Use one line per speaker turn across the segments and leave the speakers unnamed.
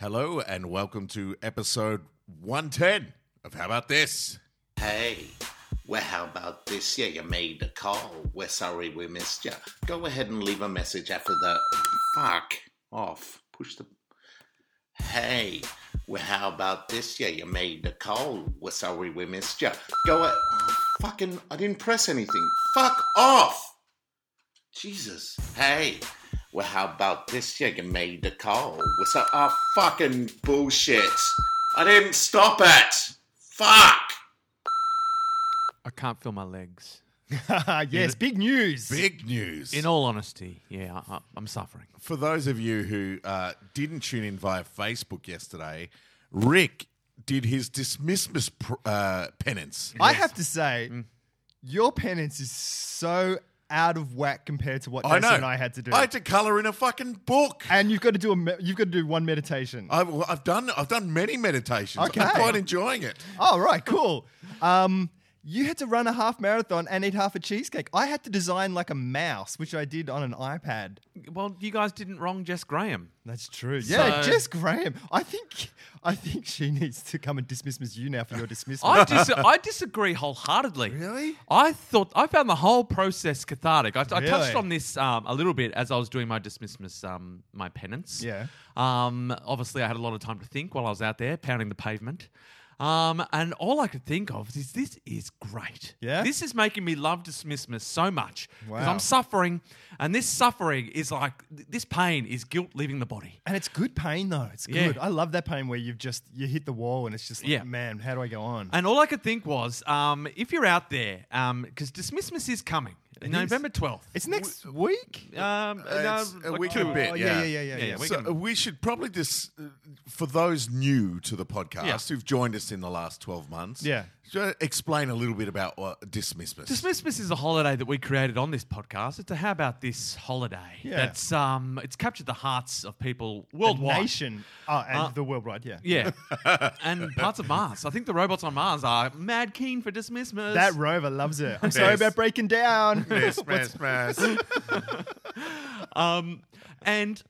Hello and welcome to episode 110 of How About This?
Hey, well, how about this? Yeah, you made a call. We're sorry we missed you. Go ahead and leave a message after the. Fuck off. Push the. Hey, well, how about this? Yeah, you made a call. We're sorry we missed you. Go ahead. fucking, I didn't press anything. Fuck off! Jesus. Hey, well, how about this? Yeah, you made a call. We're so. Oh, fucking bullshit. I didn't stop it. Fuck!
I can't feel my legs.
yes, big news.
Big news.
In all honesty, yeah, I, I- I'm suffering.
For those of you who uh, didn't tune in via Facebook yesterday, Rick did his dismissmas pr- uh, penance.
I have to say, your penance is so out of whack compared to what
I
Jason
know.
and I had to do.
I had to color in a fucking book.
and you've got to do a me- you've got to do one meditation.
I've, well, I've done. I've done many meditations.
Okay.
I'm quite enjoying it.
oh right, cool. Um, you had to run a half marathon and eat half a cheesecake. I had to design like a mouse, which I did on an iPad.
Well, you guys didn't wrong Jess Graham.
That's true. Yeah,
So-
Jess Graham. I think I think she needs to come and dismiss Miss you now for your dismissal.
I, dis- I disagree wholeheartedly.
Really?
I thought I found the whole process cathartic. I, I
Really?
touched on this um, a little bit as I was doing my dismissmas, um, my penance.
Yeah.
Um, obviously, I had a lot of time to think while I was out there pounding the pavement. Um, and all I could think of is this is great.
Yeah?
This is making me love dismissmas so much because
Wow.
I'm suffering, and this suffering is like th- this pain is guilt leaving the body.
And it's good pain though. It's
Yeah.
good. I love that pain where you've just you hit the wall and it's just like,
Yeah.
man, how do I go on?
And all I could think was, um, if you're out there, because dismissmas is coming, November twelfth.
It's uh, next week.
um, no,
It's a
like
week
two-
and a bit.
Oh,
yeah,
yeah, yeah, yeah, yeah, yeah.
we
so uh,
can-
we should probably just, uh, for those new to the podcast
Yeah.
who've joined us in the last 12 months,
Yeah.
ju- explain a little bit about uh, what dismissmas.
Dismissmas is a holiday that we created on this podcast. It's a how about this holiday?
Yeah.
That's um, it's captured the hearts of people
The
worldwide.
nation oh, and
Uh,
the worldwide. Yeah.
Yeah, and parts of Mars. I think the robots on Mars are mad keen for dismissmas.
That rover loves it. I'm sorry
Yes.
about breaking down.
Dismissmas.
um, and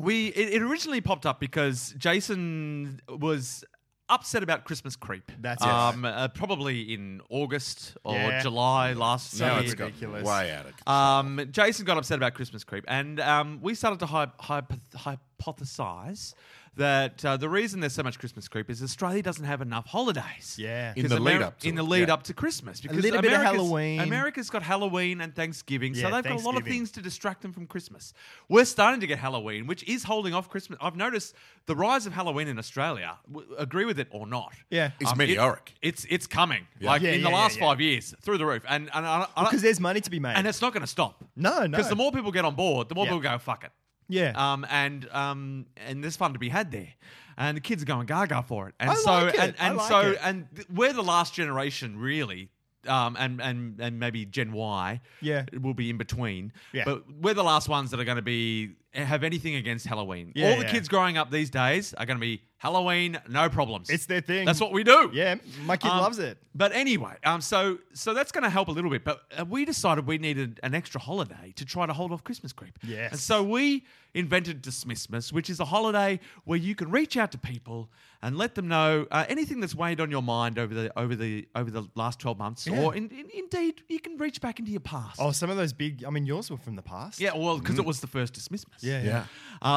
we it, it originally popped up because Jason was upset about Christmas creep.
That's it.
um, uh, probably in August or
Yeah.
July last
So
year.
now
it's
it's got
ridiculous.
way out of control.
Um, Jason got upset about Christmas creep, and um, we started to hy- hypo- hypothesize that uh, the reason there's so much Christmas creep is Australia doesn't have enough holidays.
Yeah.
In
'Cause
the lead up to
in the
it,
lead
yeah.
up to Christmas, because
little bit of
America's-
Halloween.
America's got Halloween and Thanksgiving,
Yeah,
so they've got a lot of
Thanksgiving.
things to distract them from Christmas. We're starting to get Halloween, which is holding off Christmas. I've noticed the rise of Halloween in Australia. W- agree with it or not?
Yeah.
It's
Um, it-
meteoric.
it's it's coming. Like
Yeah,
in the
yeah, yeah,
last
yeah.
five years, through the roof, and and I, I,
Because there's money to be made.
and it's not going to stop.
no, no.
Because the more people get on board, the more
Yeah.
people go, fuck it.
yeah.
Um, and um, and there's fun to be had there. And the kids are going gaga for it. And
I
so
like it.
and,
I
and
like
so
it.
and th- we're the last generation really. Um, and, and and maybe Gen Y
Yeah.
will be in between.
Yeah.
But we're the last ones that are going to be have anything against Halloween.
Yeah,
All the
yeah.
kids growing up these days are going to be Halloween, no problems.
it's their thing.
That's what we do.
Yeah. My kid
Um,
loves it.
But anyway, um, so so that's going to help a little bit. But uh, we decided we needed an extra holiday to try to hold off Christmas creep.
Yes.
And so we invented Dismissmas, which is a holiday where you can reach out to people and let them know uh, anything that's weighed on your mind over the over the over the last twelve months, or in, in, indeed you can reach back into your past.
Oh, some of those big. I mean, yours were from the past.
Yeah, well, because it was the first Dismissmas.
Mm-hmm. Yeah.
yeah.
Yeah.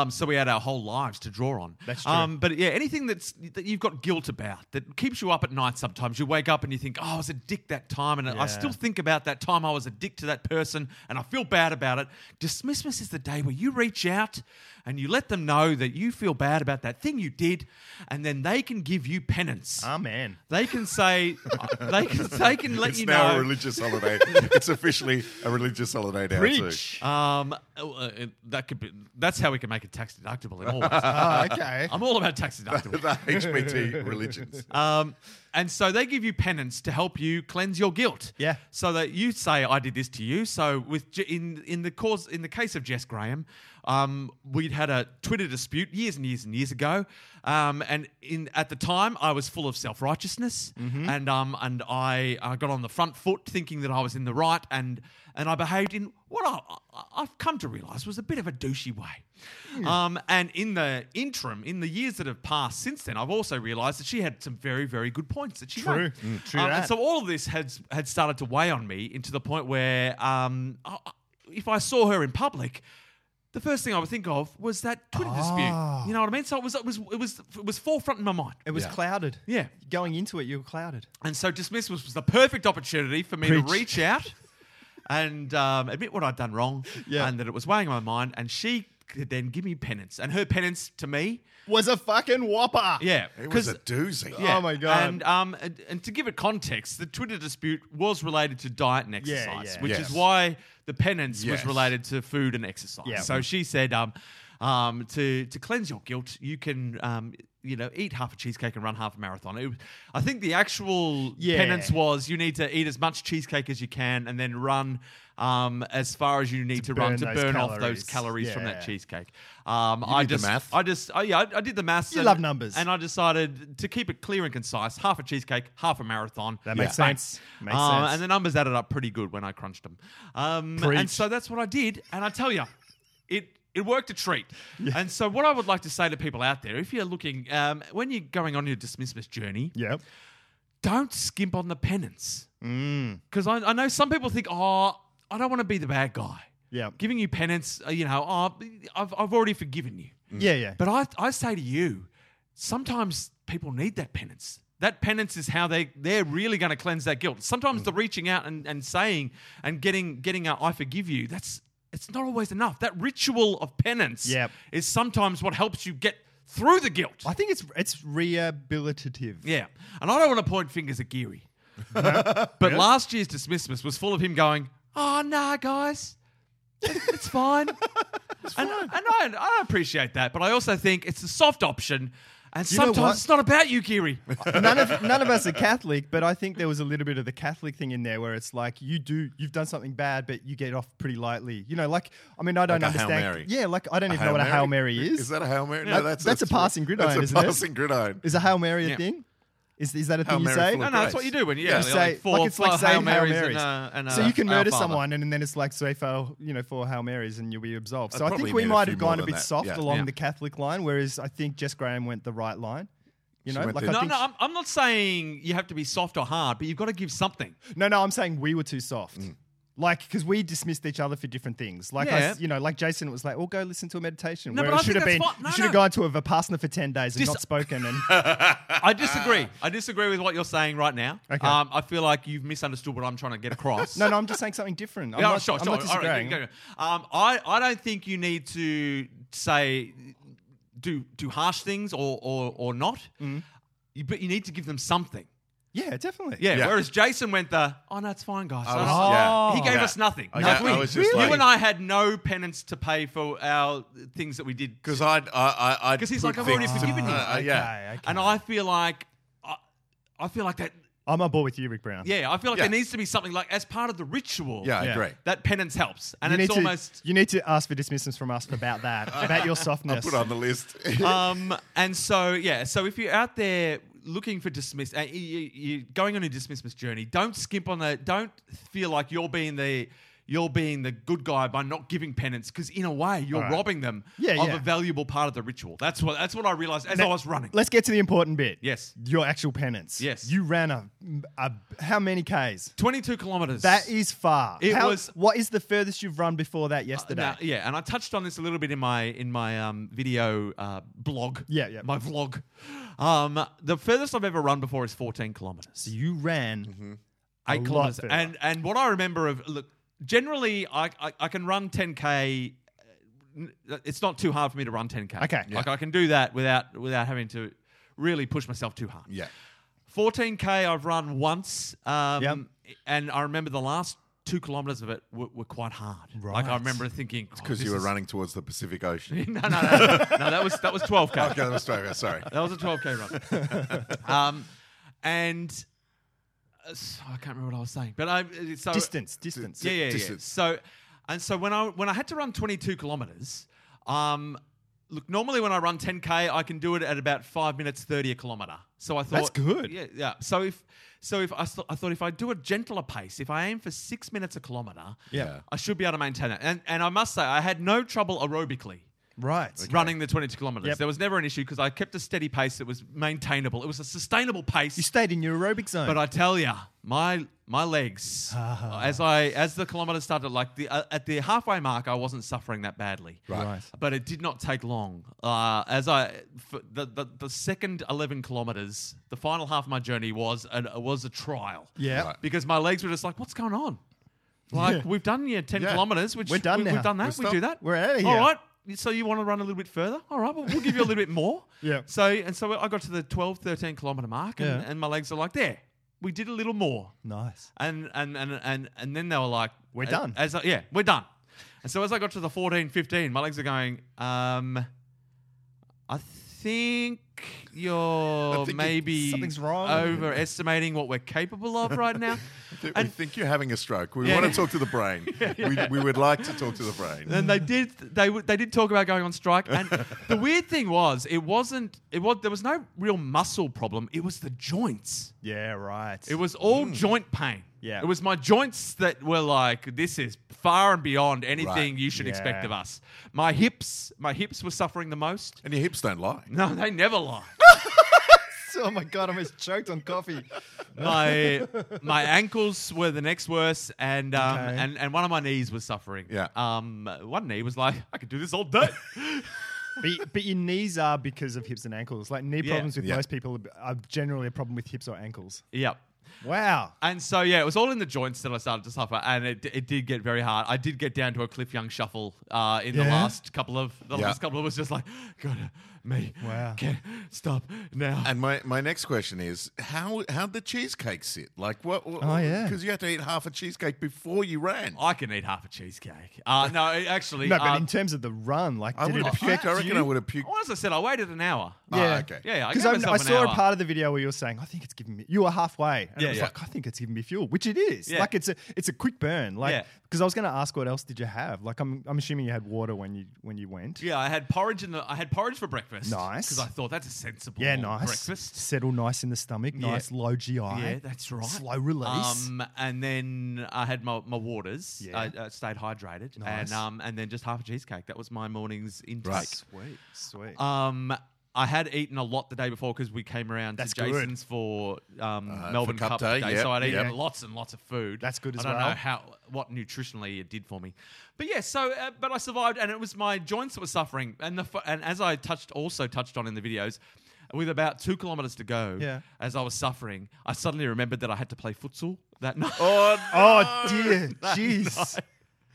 Um, so we had our whole lives to draw on.
That's true.
Um, but yeah, anything that's that you've got guilt about that keeps you up at night. Sometimes you wake up and you think, "Oh, I was a dick that time," and
Yeah.
I still think about that time I was a dick to that person, and I feel bad about it. Dismissmas is the day where you reach out and you let them know that you feel bad about that thing you did, and then they can give you penance.
Oh, man.
they can say, they can, they can let
It's
you
now
know.
a religious holiday. it's officially a religious holiday now,
Preach.
um, uh, uh, that could be. That's how we can make it tax deductible in all ways.
Oh, okay.
I'm all about tax
too.
deductible.
The HBT religions.
Uh,
Um, and so they give you penance to help you cleanse your guilt.
Yeah.
So that you say, "I did this to you." So with Je- in in the cause in the case of Jess Graham, Um, we'd had a Twitter dispute years and years and years ago, um, and in at the time I was full of self righteousness,
Mm-hmm.
and um, and I, I got on the front foot thinking that I was in the right, and and I behaved in what I, I- I've come to realize was a bit of a douchey way.
Hmm.
Um, and in the interim, in the years that have passed since then, I've also realized that she had some very, very good points that she
True.
made.
Mm, true
Um, and
that.
so all of this had had started to weigh on me, into the point where um, I, I- if I saw her in public. The first thing I would think of was that Twitter
Ah.
dispute. You know what I mean? So it was, it was, it was, it was forefront in my mind.
It was
Yeah.
clouded.
Yeah.
Going into it, you were clouded.
And so dismiss was, was the perfect opportunity for me to
Preach.
reach out and um, admit what I'd done wrong
Yeah.
and that it was weighing on my mind. And she could then give me penance. And her penance to me,
Was a fucking whopper.
yeah.
It was
'cause-
a doozy.
yeah.
Oh my God.
And, um, and, and to give it context, the Twitter dispute was related to diet and exercise,
yeah.
which
Yes.
is why the penance
Yes.
was related to food and exercise.
Yeah.
So she said, um, um, to to cleanse your guilt, you can. Um, you know, eat half a cheesecake and run half a marathon. It, was- I think the actual
Yeah.
penance was you need to eat as much cheesecake as you can and then run um, as far as you need to, run
burn
to
those
burn off those
calories.
calories from that
Yeah.
cheesecake. Um,
You
I
did the
just,
math.
I just, oh, yeah, I, I did the math.
You love numbers.
and I decided to keep it clear and concise: half a cheesecake, half a marathon.
That makes
Bang.
sense. Makes
Uh,
sense.
And the numbers added up pretty good when I crunched them. Um,
Preach.
and so that's what I did. And I tell you, it it worked a treat. And so what I would like to say to people out there, if you're looking, um, when you're going on your dismissiveness journey,
Yep.
don't skimp on the penance.
Mm.
Because I, I know some people think, oh, I don't want to be the bad guy.
Yeah.
Giving you penance, uh, you know, oh, I've, I've already forgiven you.
Yeah, yeah.
But I, I say to you, sometimes people need that penance. That penance is how they, they're really going to cleanse that guilt. Sometimes
Mm.
the reaching out and, and saying and getting, getting a I forgive you, that's it's not always enough. That ritual of penance
Yep.
is sometimes what helps you get through the guilt.
I think it's it's rehabilitative.
Yeah. And I don't want to point fingers at Geary. but last year's Dismissmas was full of him going, oh, nah, guys. It's it's fine. and and I, I appreciate that. But I also think it's a soft option. And
know what?
sometimes it's not about you, Geary.
none of none of us are Catholic, but I think there was a little bit of the Catholic thing in there where it's like you do you've done something bad, but you get off pretty lightly. You know, like I mean, I don't
Like a Hail
understand.
Mary.
Yeah, like I don't even
Hail
know what a
Mary?
hail mary is.
Is that a Hail Mary?
Yeah.
No, that's
That's a passing gridiron,
That's a
isn't it?
passing gridiron.
is a hail mary a
Yeah.
thing? Is is that a
Hail
thing
Mary
you say?
full
No,
of
no, that's what you do when you yeah,
Yeah.
you're
say,
like four,
like it's
four
like
Hail
saying Hail
Marys.
Marys.
And, uh, and,
so
uh,
you can
Our
murder
Father.
someone, and, then it's like say four, you know, four hail marys, and you'll be absolved. So
I
I, think
probably
we
need a
might
few
have
more
gone a
than
bit
that.
soft
Yeah.
along
Yeah.
the Catholic line, whereas I think Jess Graham went the right line. You
She
know,
went
like
the-
I
No,
think
no, I'm, I'm not saying you have to be soft or hard, but you've got to give something.
No, no, I'm saying we were too soft.
Mm.
Like, because we dismissed each other for different things. Like, I s
Yeah.
you know, like Jason was like, "Well, go listen to a meditation."
No,
where
but
it
I
should have
think
been,
that's fine. No,
you should have
no.
gone to a vipassana for ten days and
Dis-
not spoken. And
I disagree. I disagree with what you're saying right now.
Okay.
Um, I feel like you've misunderstood what I'm trying to get across.
no, no, I'm just saying something different. I'm
yeah,
not,
sure,
I'm
sure.
not
All right,
disagreeing.
go, go, go. Um, I, I don't think you need to say do do harsh things or or, or not, you, but you need to give them something.
Yeah, definitely.
Yeah,
Yeah.
Whereas Jason went the oh no, it's fine, guys. I
was-
don't-
yeah.
Oh.
He gave
Yeah.
us nothing.
I-
Like,
I
we-
was just
you
like-
and I had no penance to pay for our things that we did
Because I, I, I,
'Cause he's
put
like, "I've already
things-
forgiven you."
Uh, uh, yeah.
Okay, okay.
and I feel like I, I feel like that.
I'm on board with you, Rick Brown.
Yeah, I feel like
Yeah.
there needs to be something like as part of the ritual.
Yeah, I
Yeah.
agree.
That penance helps, and
you need
it's
to
almost
you need to ask for dismissals from us about that, about your
I'll
softness.
put it on the list.
um, and so yeah, so if you're out there looking for dismiss, uh, you, you- you're going on a dismissmas journey. Don't skimp on the. Don't feel like you're being the you're being the good guy by not giving penance because in a way you're
Alright.
robbing them
Yeah,
of
yeah.
a valuable part of the ritual. That's what that's what I realized as I was running.
Let's get to the important bit.
Yes.
your actual penance.
Yes.
you ran a, a how many k's?
22 kilometers.
That is far.
It was- Uh,
What is the furthest you've run before that yesterday?
Now, yeah, and I touched on this a little bit in my in my um, video uh, blog.
Yeah, yeah.
My vlog. Um, the furthest I've ever run before is 14 kilometers.
so you ran.
Oh, eight
lot
kilometers.
further.
And and what I remember of look, generally I I, I can run ten k. uh, It's not too hard for me to run ten k.
Okay.
like I can do that without without having to really push myself too hard.
yeah.
fourteen k I've run once. Um,
Yep.
and I remember the last. Two kilometers of it were, were quite hard. Like I
Right.
remember thinking, "Oh,
Because
this
you were
is-
running towards the Pacific Ocean.
no, no, no, no, no. That was that was twelve k.
okay, Australia. Sorry.
That was a 12k run. um, and uh, so I can't remember what I was saying, but I uh, so
Distance, distance.
Yeah, yeah, yeah.
distance.
So and so when I when I had to run 22 kilometers, Um, look, normally when I run 10k, I can do it at about five minutes 30 a kilometer. So I
That's
thought
good.
Yeah, yeah. So if so, if I, th- I thought if I do a gentler pace, if I aim for six minutes a kilometer,
Yeah.
I should be able to maintain it. And and I must say, I had no trouble aerobically.
Right.
Running the 22 kilometers.
Yep.
There was never an issue because I kept a steady pace that was maintainable. It was a sustainable pace.
You stayed in your aerobic zone.
But I tell you, my my legs,
Ah.
as I as the kilometer started, like the uh, at the halfway mark, I wasn't suffering that badly.
Right.
But it did not take long. Uh, as I for the, the the second eleven kilometers, the final half of my journey was an, was a trial.
Yeah.
Right.
Because my legs were just like, what's going on? Like we've done yeah ten
Yeah.
kilometers, which
We're done
we,
now.
have done that.
We're
We do that.
stopped.
We're outta here.
All right. So you want to run a little bit further? All right, well, we'll give you a little bit more.
Yeah.
So and so I got to the 12, 13 kilometer mark, and,
Yeah.
and my legs are like, there, we did a little more,
nice.
and and and and and then they were like,
We're
as-
done.
As I, yeah, we're done. And so as I got to the 14, 15, my legs are going, um, I think you're
think it-
maybe
something's wrong.
overestimating what we're capable of right now.
we think you're having a stroke. We
Yeah.
want to talk to the brain. We, we would like to talk to the brain.
And they did they w- they did talk about going on strike. And the weird thing was, it wasn't it was there was no real muscle problem. It was the joints.
Yeah, right.
It was all joint pain.
Yeah.
It was my joints that were like, this is far and beyond anything
Right.
you should expect
Yeah.
of us. My hips, my hips were suffering the most.
And your hips don't lie.
No, they never lie.
oh my god, I almost choked on coffee.
my my ankles were the next worst, and um,
Okay.
and and one of my knees was suffering.
Yeah.
Um, one knee was like, I could do this all day.
but, but your knees are because of hips and ankles. Like knee
Yeah.
problems with
Yeah.
most people are generally a problem with hips or ankles.
yep.
Wow.
And so yeah, it was all in the joints that I started to suffer, and it, it did get very hard. I did get down to a Cliff Young shuffle uh, in the
Yeah?
last couple of the
Yeah.
last couple of was just like, God, me,
Wow.
can't stop now.
And my, my next question is how how'd the cheesecake sit? Like what? what
Oh, yeah.
because you had to eat half a cheesecake before you ran.
I can eat half a cheesecake. Uh, no, it actually,
No, but
uh,
in terms of the run, like
I
did
would
it
have puked. I
affect
reckon
you?
I would have puked.
well, as I said, I waited an hour.
Oh,
Yeah.
okay.
Yeah, I
Because
gave
I'm- I,
myself an
saw
hour.
a part of the video where you were saying, "I think it's giving me." You were halfway, and
Yeah,
I was
yeah.
like, "I think it's giving me fuel," which it is.
Yeah.
Like it's a it's a quick burn. Like
Yeah.
because I was going to ask, what else did you have? Like I'm I'm assuming you had water when you when you went.
Yeah, I had porridge in the. I had porridge for breakfast.
Nice.
because I thought that's a sensible.
Yeah, nice.
breakfast.
Settle nice in the stomach.
Yeah.
Nice low GI.
Yeah, that's right.
Slow release.
Um, and then I had my, my waters.
Yeah.
I, uh stayed hydrated,
Nice.
and um, and then just half a cheesecake. That was my morning's intake.
Right.
sweet, sweet.
Um, I had eaten a lot the day before because we came around
That's
to
good.
Jason's for um,
Uh,
Melbourne
for
Cup, Day,
yep,
so I'd eaten
yep.
lots and lots of food.
That's good as
I don't
well.
know how what nutritionally it did for me, but yeah. So, uh, but I survived, and it was my joints that were suffering, and the fu- and as I touched also touched on in the videos. With about two kilometers to go,
Yeah.
as I was suffering, I suddenly remembered that I had to play futsal that night.
Oh,
oh dear, jeez.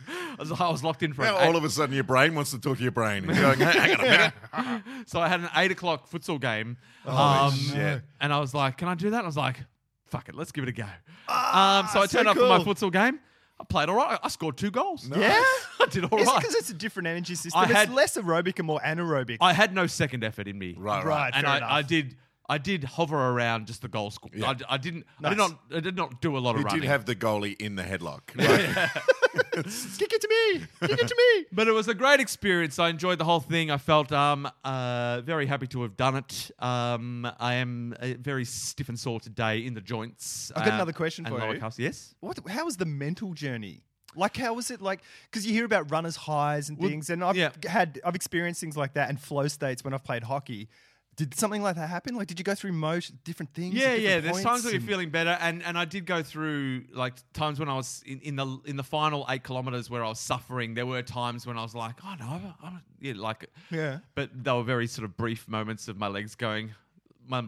I, was, I was locked in for an
Now
eight-
all of a sudden your brain wants to talk to your brain. And you're going, "Hey, hang on a minute.
So I had an eight o'clock futsal game.
Oh,
um,
shit.
And I was like, can I do that? And I was like, fuck it, let's give it a go. um, so I
Ah, so
turned up for my
cool.
futsal game. I played all right. I scored two goals.
Yeah.
I did all
Is it
right.
because it's a different energy system?
had-
it's less aerobic and more anaerobic.
I had no second effort in me.
Right, right.
Right.
And
fair
I,
enough.
I did. I did hover around just the goal score.
Yeah.
I, I didn't. I did
Nice.
not. I did not do a lot of
You
running.
did have the goalie in the headlock. Like,
Kick it to me. Kick it to me.
but it was a great experience. I enjoyed the whole thing. I felt um, uh, very happy to have done it. Um, I am uh, very stiff and sore today in the joints.
I've got
uh,
another question
and
for
lower
you.
cuffs. Yes.
what how was the mental journey like how was it like because you hear about runners highs and
Well,
things and i've
yeah.
had i've experienced things like that and flow states when i've played hockey did something like that happen like did you go through most different things at
Yeah, yeah.
different
There's
points
times where you're
and-
feeling better, and and I did go through like times when I was in, in the in the final eight kilometers where I was suffering. There were times when I was like, oh no, I'm, I'm yeah, like
Yeah.
But they were very sort of brief moments of my legs going, my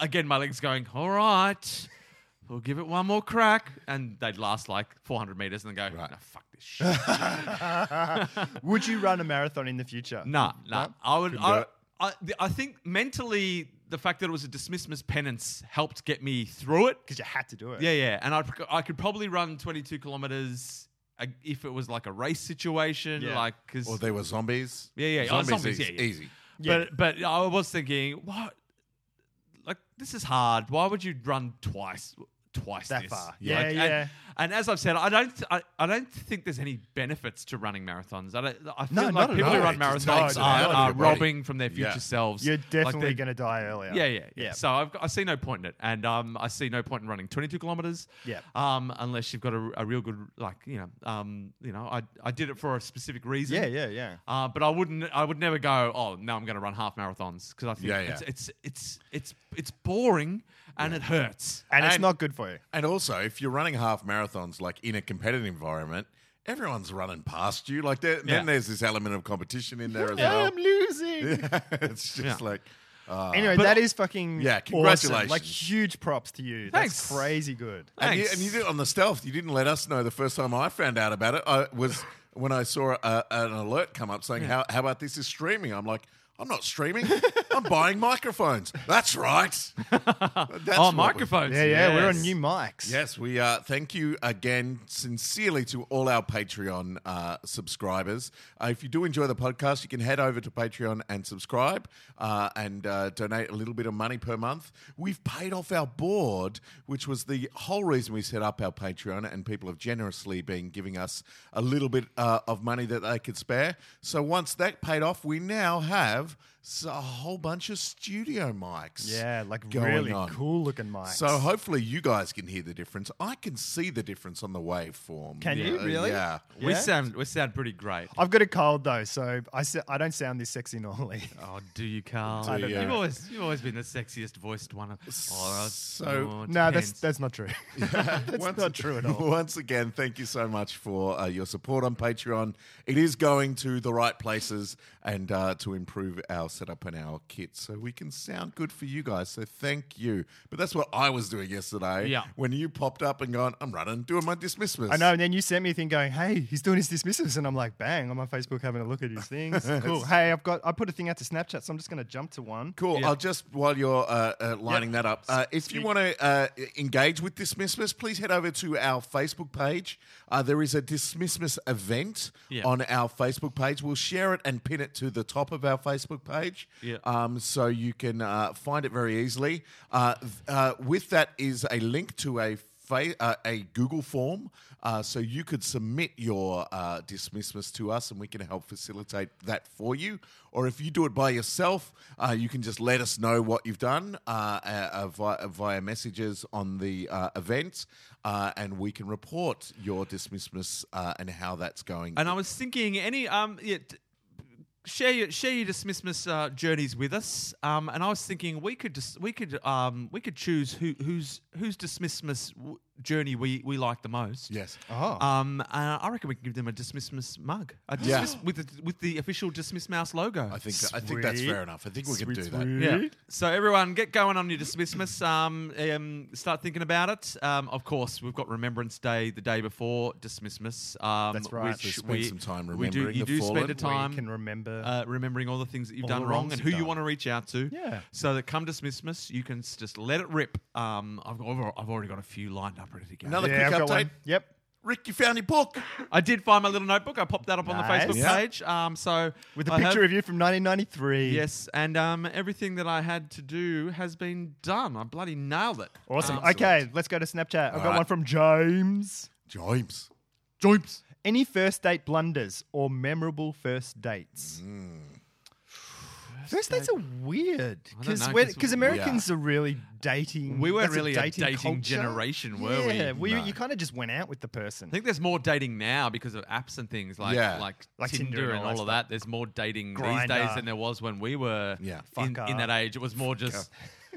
again my legs going, all right. We'll give it one more crack, and they'd last like 400 meters, and then go, "No, fuck this shit."
would you run a marathon in the future
Nah, nah. I would.
do
I,
it.
I, I think mentally, the fact that it was a dismissal as penance helped get me through it.
because you had to do it
Yeah, yeah. And I, I could probably run 22 kilometers uh, if it was like a race situation,
Yeah.
like because.
or there were zombies.
Yeah, yeah, oh,
Zombies,
zombies,
easy.
yeah, yeah.
easy.
Yeah.
But but I was thinking, what? Like this is hard. Why would you run twice? Twice
That
this?
far.
Like,
Yeah,
and-
yeah.
And, And as I've said, I don't, I, I don't think there's any benefits to running marathons. I, don't, I feel
No, not
like
at
people who
all.
run
It just
marathons
takes
are,
it out of
are
your body.
robbing from their future
Yeah.
selves.
You're
Like
definitely
they-
going to die earlier.
yeah, yeah, yeah.
yeah.
So I've got, I see no point in it, and um, I see no point in running 22 kilometers.
Yeah.
Um, unless you've got a, a real good, like you know, um, you know, I I did it for a specific reason.
yeah, yeah, yeah.
Uh, but I wouldn't. I would never go. Oh no, I'm going to run half marathons because I think
Yeah, yeah.
It's, it's it's it's it's boring and it hurts.
And, it's
And-
not good for you.
And also, if you're running half marathons, like in a competitive environment, everyone's running past you. Like, there,
Yeah.
then there's this element of competition in there as well.
losing.
it's just
Yeah.
like, uh,
Anyway, that is fucking
Yeah,
awesome.
congratulations.
Like huge props to you.
Thanks.
That's crazy good.
and you,
Thanks. Oh,
and you did it on the stealth. You didn't let us know the first time I found out about it. I was when I saw a, an alert come up saying, how, how about this is streaming? I'm like, I'm not streaming. I'm buying microphones. That's right. That's
oh,
what we-
microphones.
Yeah, yeah, we're on
yes.
new mics.
Yes, we are. Thank you again, sincerely, to all our Patreon uh, subscribers. Uh, if you do enjoy the podcast, you can head over to Patreon and subscribe uh, and uh, donate a little bit of money per month. We've paid off our board, which was the whole reason we set up our Patreon, and people have generously been giving us a little bit uh, of money that they could spare. So once that paid off, we now have s- a whole bunch of studio mics.
Yeah, like
going
really
on.
cool looking mics.
So hopefully you guys can hear the difference. I can see the difference on the waveform.
Can you,
Uh,
really?
Yeah.
We
Yeah?
sound we sound pretty great.
I've got a cold though, so I se- I don't sound this sexy normally.
Oh, do you, Carl?
Do you?
You've always you've always been the sexiest voiced one. of- Oh,
So-
oh, it
no, that's
depends.
that's not true. that's
Once-
not true at all.
Once again, thank you so much for uh, your support on Patreon. It is going to the right places and uh, to improve our setup and our kit so we can sound good for you guys. So thank you. But that's what I was doing yesterday
Yeah.
when you popped up and gone, I'm running, doing my dismissals.
I know. And then you sent me a thing going, "Hey, he's doing his dismissives," and I'm like, "Bang!" I'm on Facebook having a look at his things. cool. Hey, I've got I put a thing out to Snapchat, so I'm just going to jump to one.
Cool.
Yeah.
I'll just while you're uh, uh, lining that up, uh, if you want to uh, engage with Dismissmas, please head over to our Facebook page. Uh, there is a Dismissmas event
Yeah.
on our Facebook page. We'll share it and pin it to the top of our Facebook page,
Yeah.
um, so you can uh, find it very easily. Uh, th- uh, with that is a link to a. fa- Uh, a Google form, uh, so you could submit your uh, dismissmas to us, and we can help facilitate that for you. Or if you do it by yourself, uh, you can just let us know what you've done uh, uh, uh, via, via messages on the uh, event, uh, and we can report your dismissmas uh, and how that's going.
And I was thinking, any um, yeah, t- share your share your dismissmas uh, journeys with us. Um, and I was thinking we could just we could um we could choose who whose whose dismissmas w- journey we we like the most.
yes.
Oh,
Um, and I reckon we can give them a dismissmas mug, a
Yeah.
dismiss with the, with the official dismiss mouse logo.
I think I think that's
Sweet.
fair enough. I think we can
Sweet,
do that.
sweet.
Yeah. So everyone, get going on your dismissmas. Um, um, start thinking about it. Um, of course, we've got Remembrance Day the day before dismissmas. Um,
That's right.
Which
So spend
we,
some time
we do,
remembering
you
the
do
fallen.
spend
We
a time
we can remember.
uh, remembering all the things that you've
All
done
the
wrong
wrongs
and who
you've
you
done.
want to reach out to.
Yeah.
So that come dismissmas, you can s- just let it rip. Um, I've, got, I've- I've already got a few lined up ready to go.
Another
yeah, I've
quick
got
update.
one. Yep.
Rick, you found your book.
I did find my little notebook. I popped that up
Nice.
on the Facebook
Yeah.
page. Um, so
With a
I have-
picture of you from 1993.
Yes, and um, everything that I had to do has been done. I bloody nailed it. Um,
Awesome.
Excellent.
Okay, let's go to Snapchat. I've got
right.
one from James.
James.
Joips.
Any first date blunders or memorable first dates? Mm. First dates are weird
don't
because
know, 'cause
because
we-
Americans are really dating.
We weren't
that's
really a
dating
dating
culture.
generation, were we?
Yeah,
No.
you kind of just went out with the person.
I think there's more dating now because of apps and things like
Yeah.
like,
Like
Tinder,
Tinder and
and
all
all
that
of that. There's more dating these
Grindr.
days than there was when we were
Yeah.
in,
Fucker.
in that age. It was more just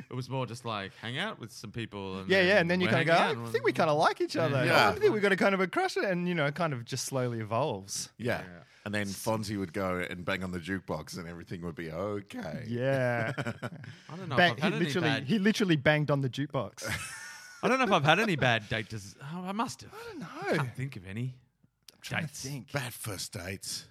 it was more just like hang out with some people. And
yeah, yeah, and then you
we're
kind of go.
hanging out
"Oh, I
and-
think we kind of like each other. Oh,
Yeah.
I think we got a kind of a crush, and you know, it kind of just slowly evolves.
Yeah. And then Fonzie would go and bang on the jukebox and everything would be okay.
Yeah,
I don't know.
Bang-
if I've had
he
any
literally
bad,
he literally banged on the jukebox.
I don't know if I've had any bad date. Dis- oh, I must have. I don't
no,
can't think of any.
trying to
dates.
think.
Bad first dates.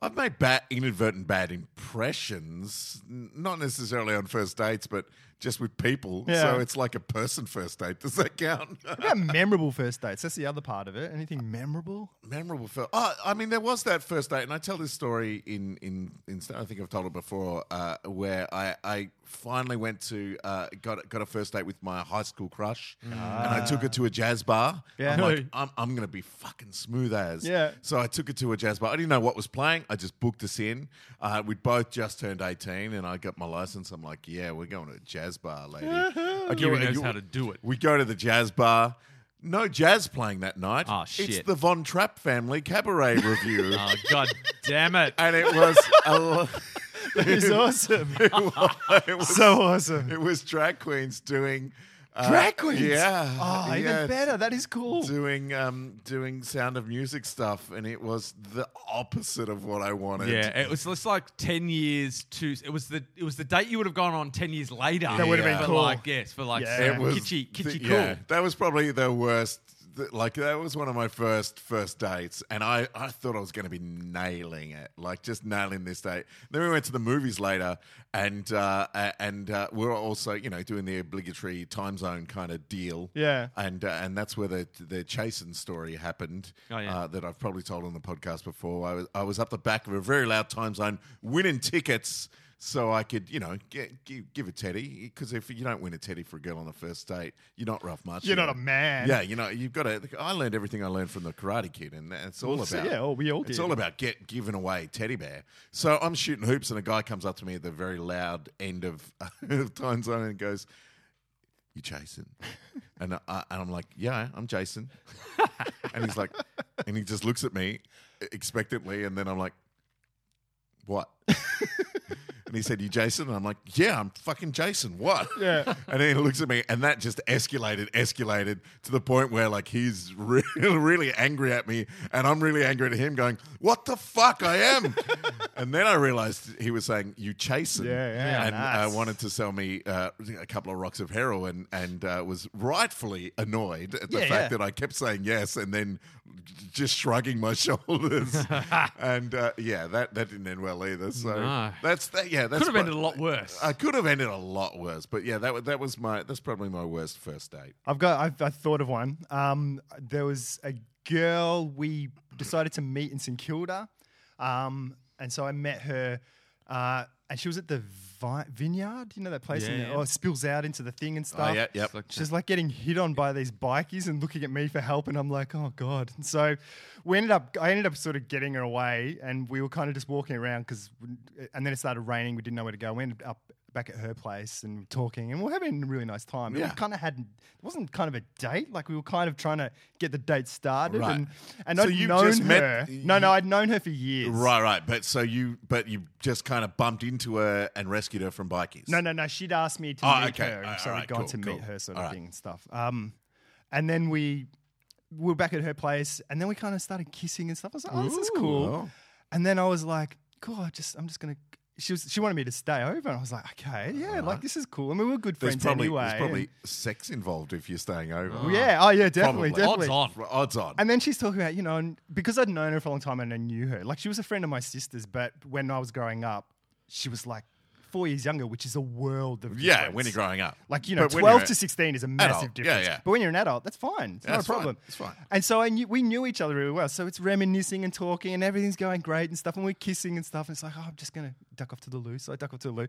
I've made bad, inadvertent bad impressions, n- not necessarily on first dates, but just with people.
Yeah.
So it's like a person first date. Does that count?
What about memorable first dates? That's the other part of it. Anything memorable?
Memorable first. Oh, I mean, there was that first date, and I tell this story in in in. I think I've told it before, uh, where I I finally went to uh, got got a first date with my high school crush, and I took her to a jazz bar.
Yeah.
I'm like, I'm, I'm gonna be fucking smooth as.
Yeah.
So I took her to a jazz bar. I didn't know what was playing. I just booked us in. Uh, we'd both just turned 18, and I got my license. I'm like, yeah, we're going to a jazz bar, lady. I
Yuri knows how to do it.
We go to the jazz bar. No jazz playing that night.
Oh,
Ah,
It's
shit.
the Von Trapp family cabaret review.
Oh, God damn it.
And it was, a lo-
It's awesome.
it was, it was
so awesome.
it was drag queens doing uh,
Drag queens.
Yeah.
Oh,
yeah,
even better. That is cool.
Doing um doing sound of music stuff, and it was the opposite of what I wanted.
Yeah, it was just like ten years to. It was the it was the date you would have gone on ten years later.
That would've been
for
cool.
Like yes, for like
Yeah.
some
It was
kitschy
the-
kitschy cool.
yeah, that was probably the worst. th- Like that was one of my first first dates, and I, I thought I was going to be nailing it, like just nailing this date. Then we went to the movies later, and uh, a- and uh, we are also you know doing the obligatory time zone kind of deal,
Yeah.
And uh, and that's where the the Chasen story happened,
Oh, yeah.
uh, that I've probably told on the podcast before. I was I was up the back of a very loud time zone, winning tickets, so I could you know get, give, give a teddy because if you don't win a teddy for a girl on the first date, you're not rough much.
You're not a man.
Yeah, you know you've got to. I learned everything I learned from the Karate Kid, and it's all
Well, so-
about
yeah, oh, we all
It's
did.
all about get giving away teddy bear. So I'm shooting hoops, and a guy comes up to me at the very loud end of time zone and goes, "You Jason?" And I and I'm like, "Yeah, I'm Jason." and he's like, and he just looks at me expectantly, and then I'm like, "What?" and he said, "You Jason?" And I'm like, "Yeah, I'm fucking Jason. What?"
Yeah.
And then he looks at me, and that just escalated, escalated to the point where like he's really, really angry at me, and I'm really angry at him, going, "What the fuck, I am." and then I realized he was saying, "You Jason,"
Yeah, yeah,
and
nice.
uh, wanted to sell me uh, a couple of rocks of heroin, and uh, was rightfully annoyed at the
Yeah,
fact
yeah.
that I kept saying yes, and then just shrugging my shoulders, and uh, yeah, that that didn't end well either. So
No.
that's that. Yeah, that's
Could have
my-
ended a lot worse.
I could have ended a lot worse, but yeah, that wa- that was my that's probably my worst first date.
I've got. I've, I've thought of one. Um, there was a girl we decided to meet in St Kilda, um, and so I met her, uh, and she was at the vi- vineyard. You know that place, in
Yeah,
the,
yeah.
oh, it spills out into the thing and stuff.
Oh, yeah, yep.
It's like-
She's like getting hit on by these bikies and looking at me for help, and I'm like, oh god. And so we ended up, I ended up sort of getting her away, and we were kind of just walking around because, and then it started raining. We didn't know where to go. We ended up back at her place and talking, and we are having a really nice time. And
Yeah.
we kind of had, it wasn't kind of a date. Like we were kind of trying to get the date started,
Right.
and and
So
I'd
you've
known
just met-
her. no, no,
you-
I'd known her for years.
Right, right. But so you but you just kind of bumped into her and rescued her from bikies.
No, no, no. She'd asked me to
Oh,
meet
okay.
her,
All
and so
right,
we'd gone
cool,
to meet
cool.
her, sort
All
of
right.
thing and stuff. Um, and then we we were back at her place, and then we kind of started kissing and stuff. I was like, "Oh, this is cool."
well.
And then I was like, "Cool, I just I'm just gonna." She was she wanted me to stay over, and I was like, "Okay, yeah, like this is cool." I mean, we were good
Uh-huh. There's
friends
probably
anyway.
there's probably
and-
sex involved if you're staying over.
Well, yeah, oh yeah, definitely,
Probably.
definitely.
Odds on.
Well, Odds on.
And then she's talking about, you know, and because I'd known her for a long time and I knew her, like she was a friend of my sister's, but when I was growing up, she was like four years younger, which is a world of
yeah,
difference.
when you're growing up.
Like you know,
But when
twelve
you're-
to sixteen is a massive
Yeah,
difference.
yeah.
But when you're an adult, that's fine. It's
Yeah,
not
it's
a
fine.
problem.
It's fine.
And so I knew we knew each other really well. So it's reminiscing and talking, and everything's going great and stuff. And we're kissing and stuff. And it's like, oh, I'm just gonna duck off to the loo. So I duck off to the loo.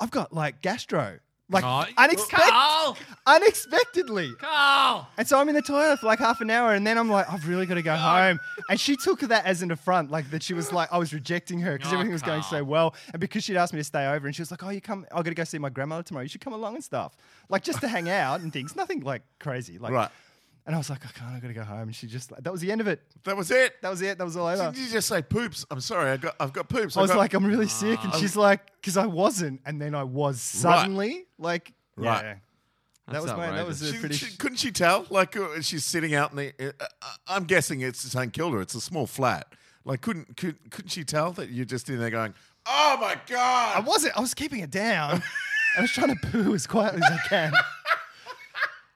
I've got like gastro, like
Oh,
unexpected,
Carl!
unexpectedly.
Carl!
And so I'm in the toilet for like half an hour, and then I'm like, I've really got to go home. And she took that as an affront, like that she was like, I was rejecting her because
Oh,
everything was going
Carl.
so well. And because she'd asked me to stay over, and she was like, Oh, you come, i got to go see my grandmother tomorrow. You should come along and stuff. Like just to hang out and things, nothing like crazy. Like,
Right.
And I was like, I can't, I've got to go home. And she just, that was the end of it.
That was it.
That was it. That was all over.
Did you just say poops? I'm sorry, I got I've got poops.
I was
got-
like, I'm really sick. And she's like, Because I wasn't. And then I was suddenly. Like,
Right.
yeah.
That's
That was my, that
outrageous.
was a
she,
pretty.
she- couldn't she tell? Like uh, she's sitting out in the. Uh, uh, I'm guessing it's St Kilda. It's a small flat. Like couldn't could, couldn't she tell that you're just in there going, oh my god,
I wasn't. I was keeping it down. and I was trying to poo as quietly as I can,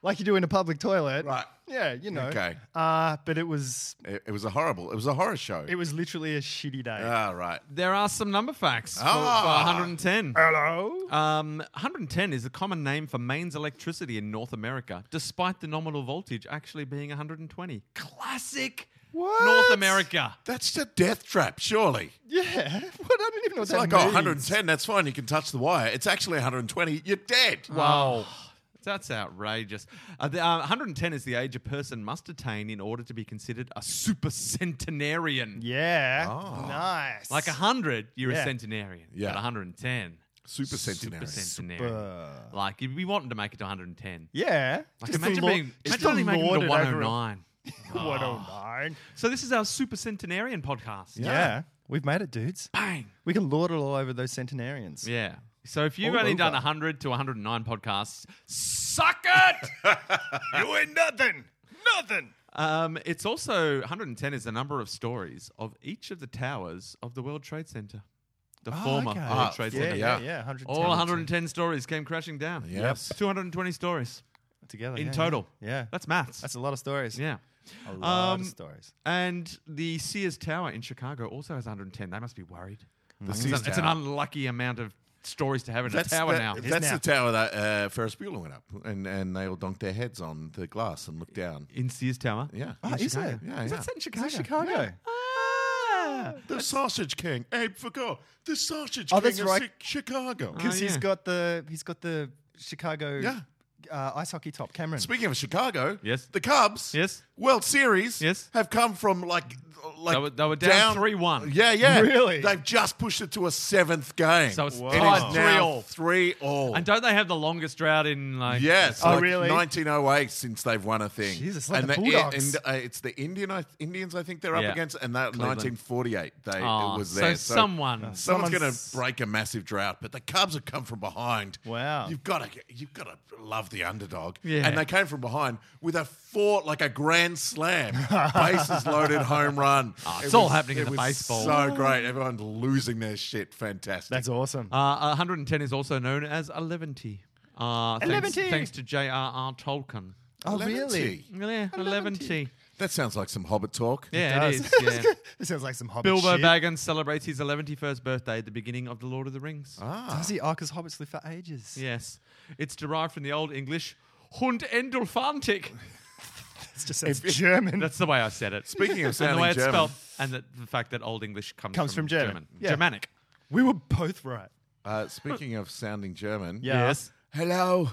like you do in a public toilet.
Right.
Yeah, you know.
Okay.
Uh, but it was
It, it was a horrible. It was a horror show.
it was literally a shitty day.
ah, right.
There are some number facts for, for
Ah.
110.
Hello.
Um, 110 is a common name for mains electricity in North America, despite the nominal voltage actually being 120. Classic
What?
North America.
That's a death trap, surely.
Yeah. What? I don't even know what
It's
that
like,
means.
oh, 110, that's fine. You can touch the wire. It's actually 120. You're dead.
Wow.
Oh, That's outrageous. Uh, the, uh, 110 is the age a person must attain in order to be considered a super centenarian.
Yeah.
Oh.
Nice.
Like 100, you're a
Yeah.
centenarian.
Yeah.
But 110.
Super centenary.
Super centenarian.
Uh,
Like, you'd be wanting to make it to 110.
yeah.
Like,
Just
imagine
lord-
being,
just
imagine only making oh it to
lorded over
109.
it. 109.
So, this is our super centenarian podcast.
Yeah. We've made it, dudes.
Bang.
We can lord it all over those centenarians.
Yeah. So, if you've
All
only done
over.
100 to 109 podcasts, suck it!
You ain't nothing. Nothing.
Um, it's also 110 is the number of stories of each of the towers of the World Trade Center, the former
Oh, okay.
Ah,
World Trade
yeah,
Center.
Yeah, yeah,
Yeah.
yeah. 110.
All 110 stories came crashing down.
Yes.
220 stories
together
in
Oh, yeah,
total.
Yeah. yeah.
That's maths.
That's a lot of stories.
yeah.
A lot
Um,
of stories.
And the Sears Tower in Chicago also has 110. They must be worried.
The
It's,
Sears
an, it's an
Tower.
unlucky amount of stories to have in a tower
the,
now.
That's the
now.
tower that uh, Ferris Bueller went up and, and they all donked their heads on the glass and looked down.
in Sears Tower.
Yeah.
Oh, is
Chicago.
it?
Yeah,
Is
yeah.
that set in Chicago?
Is it Chicago?
Ah!
The Sausage King. Abe forgot. The Sausage
Oh,
King
that's
of
right.
Chi- Chicago.
Oh,
Because he's
yeah.
got the he's got the Chicago
Yeah.
uh, ice hockey top, Cameron.
Speaking of Chicago,
Yes.
the Cubs,
Yes.
World Series,
Yes.
have come from like like
They were- they were down 3-1.
Yeah, yeah,
Really?
They've just pushed it to a seventh game.
So it's
It is
tied
now
3-all.
Three all.
And don't they have the longest drought in like
Yes,
Oh,
like
really?
1908 since they've won a thing.
Jesus, like the
the-
Bulldogs.
and, uh, it's the Indian, I- Indians, I think they're up
Yeah.
against, and that
Cleveland.
1948 they
Oh,
it was
so
there.
someone-
someone's going to
Someone's-
break a massive drought, but the Cubs have come from behind.
Wow.
you've got to you've got to love the underdog.
Yeah.
and they came from behind with a four like a grand slam, bases loaded home run.
Ah, it's all happening in
it
the
was
baseball.
So great, everyone's losing their shit. Fantastic.
That's awesome.
Uh, 110 is also known as 11T. Uh, thanks,
11T.
thanks to J.R.R. Tolkien.
oh,
Lemon
really?
tea.
Yeah, 11T.
That sounds like some Hobbit talk.
Yeah, it
Does.
is. Yeah.
this sounds like some Hobbit
Bilbo
shit.
Baggins celebrates his 111st birthday at the beginning of The Lord of the Rings.
Ah.
Does he? Oh, because hobbits live for ages.
Yes. It's derived from the Old English Hund Endulfantik.
It's just it's German.
That's the way I said it.
Speaking of
and the way
sounding
it's
German,
spelled, and the, the fact that Old English comes,
Comes from German. Yeah.
Germanic.
we were both right.
Uh, speaking of sounding German,
Yeah.
Yes.
Hello,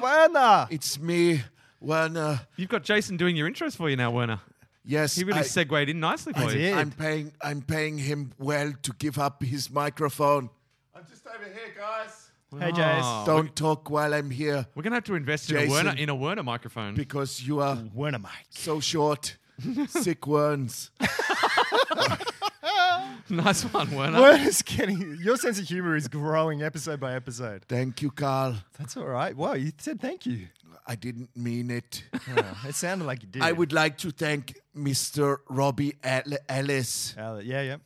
Werner.
it's me, Werner.
You've got Jason doing your intros for you now, Werner.
Yes,
He really
I,
segued in nicely for
I
you.
did.
I'm paying. I'm paying him well to give up his microphone. I'm just over here, guys.
Hey, Jace.
Oh.
Don't talk while I'm here
We're gonna have to invest in a
Jason.
Werner in a Werner microphone.
because you are
Werner, Mike.
so short. Sick worms.
nice one, Werner.
Werner's getting your sense of humor is growing episode by episode.
Thank you, Carl.
That's all right. Wow, you said thank you.
I didn't mean it.
Oh, it sounded like you did.
I would like to thank Mr. Robbie Al- Ellis,
Uh, yeah, yeah.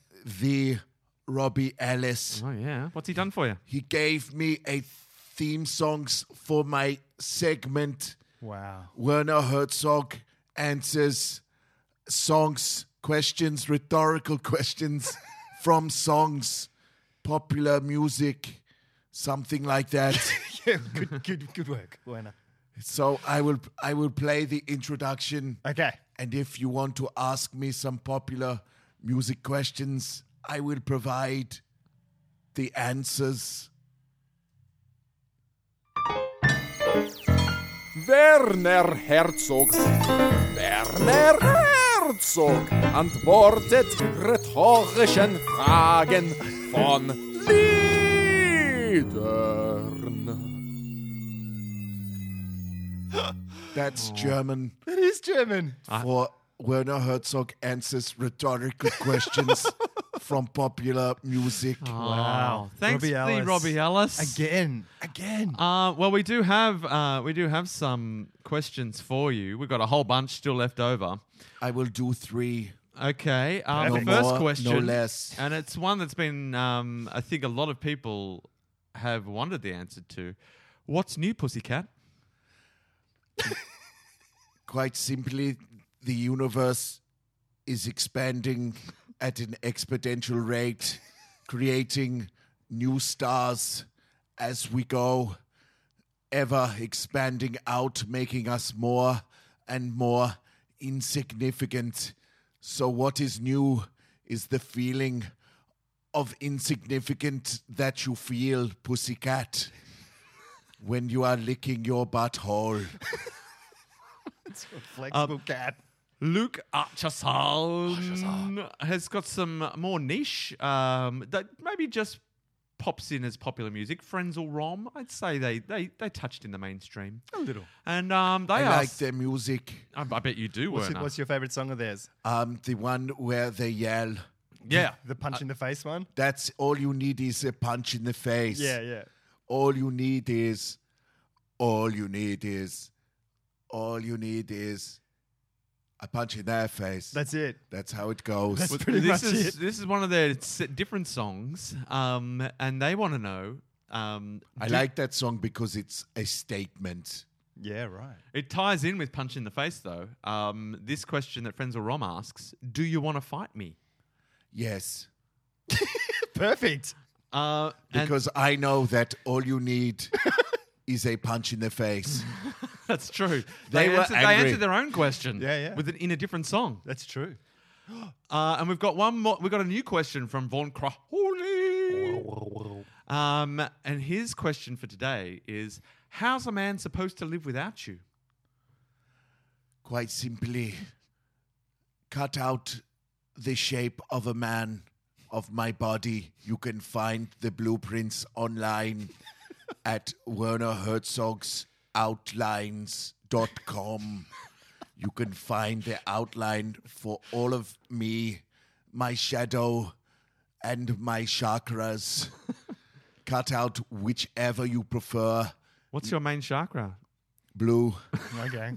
the Robbie Ellis.
Oh yeah, what's he done for you?
He gave me a theme songs for my segment
Wow.
Werner Herzog answers songs, questions, rhetorical questions from songs, popular music, something like that.
Yeah, good, good, good work, Werner.
so I will I will play the introduction
Okay.
and if you want to ask me some popular music questions, I will provide the answers.
Werner Herzog. Werner Herzog antwortet rhetorischen Fragen von Liedern.
That's German.
That is German.
for Werner Herzog answers rhetorical questions from popular music.
Oh. Wow, thanks,
Robbie
the
Ellis.
Robbie Ellis.
Again. Again.
Uh, well, we do have uh, we do have some questions for you. We've got a whole bunch still left over.
I will do three.
Okay, um, the
No
first
more, no
question,
less.
and it's one that's been um, I think a lot of people have wondered the answer to. What's new, pussycat?
Quite simply, the universe is expanding at an exponential rate, creating new stars as we go, ever expanding out, making us more and more insignificant. So, what is new is the feeling of insignificant that you feel, pussycat, when you are licking your butthole.
Flexible cat.
Luke Archerson has got some more niche um, that maybe just pops in as popular music. Frenzel Rom, I'd say they they they touched in the mainstream a little, and um, they
I
are.
like their music.
I, I bet you do,
What's,
Werner.
what's your favorite song of theirs?
Um, the one where they yell,
yeah,
The punch in the face one?
that's all you need is a punch in the face.
Yeah, yeah.
All you need is, all you need is, all you need is a punch in their face.
That's it.
That's how it goes.
That's
Well,
pretty
this
much
is
it.
this is one of their s- different songs, um, and they want to know. Um,
I
do-
like that song because it's a statement.
Yeah, right.
It ties in with punch in the face, though. Um, this question that Frenzel Rom asks: Do you want to fight me?
Yes.
Perfect.
Uh, and-
Because I know that all you need is a punch in the face.
That's true.
They
They,
were
answered, they
angry.
answered their own question.
Yeah, yeah.
With an, in a different song.
That's true.
Uh, and we've got one more. We've got a new question from Von Krahuli. Um, and his question for today is: How's a man supposed to live without you?
Quite simply, cut out the shape of a man of my body. You can find the blueprints online at Werner Herzog's outlines.com. You can find the outline for all of me, my shadow, and my chakras. Cut out whichever you prefer
What's your main chakra?
blue,
Okay.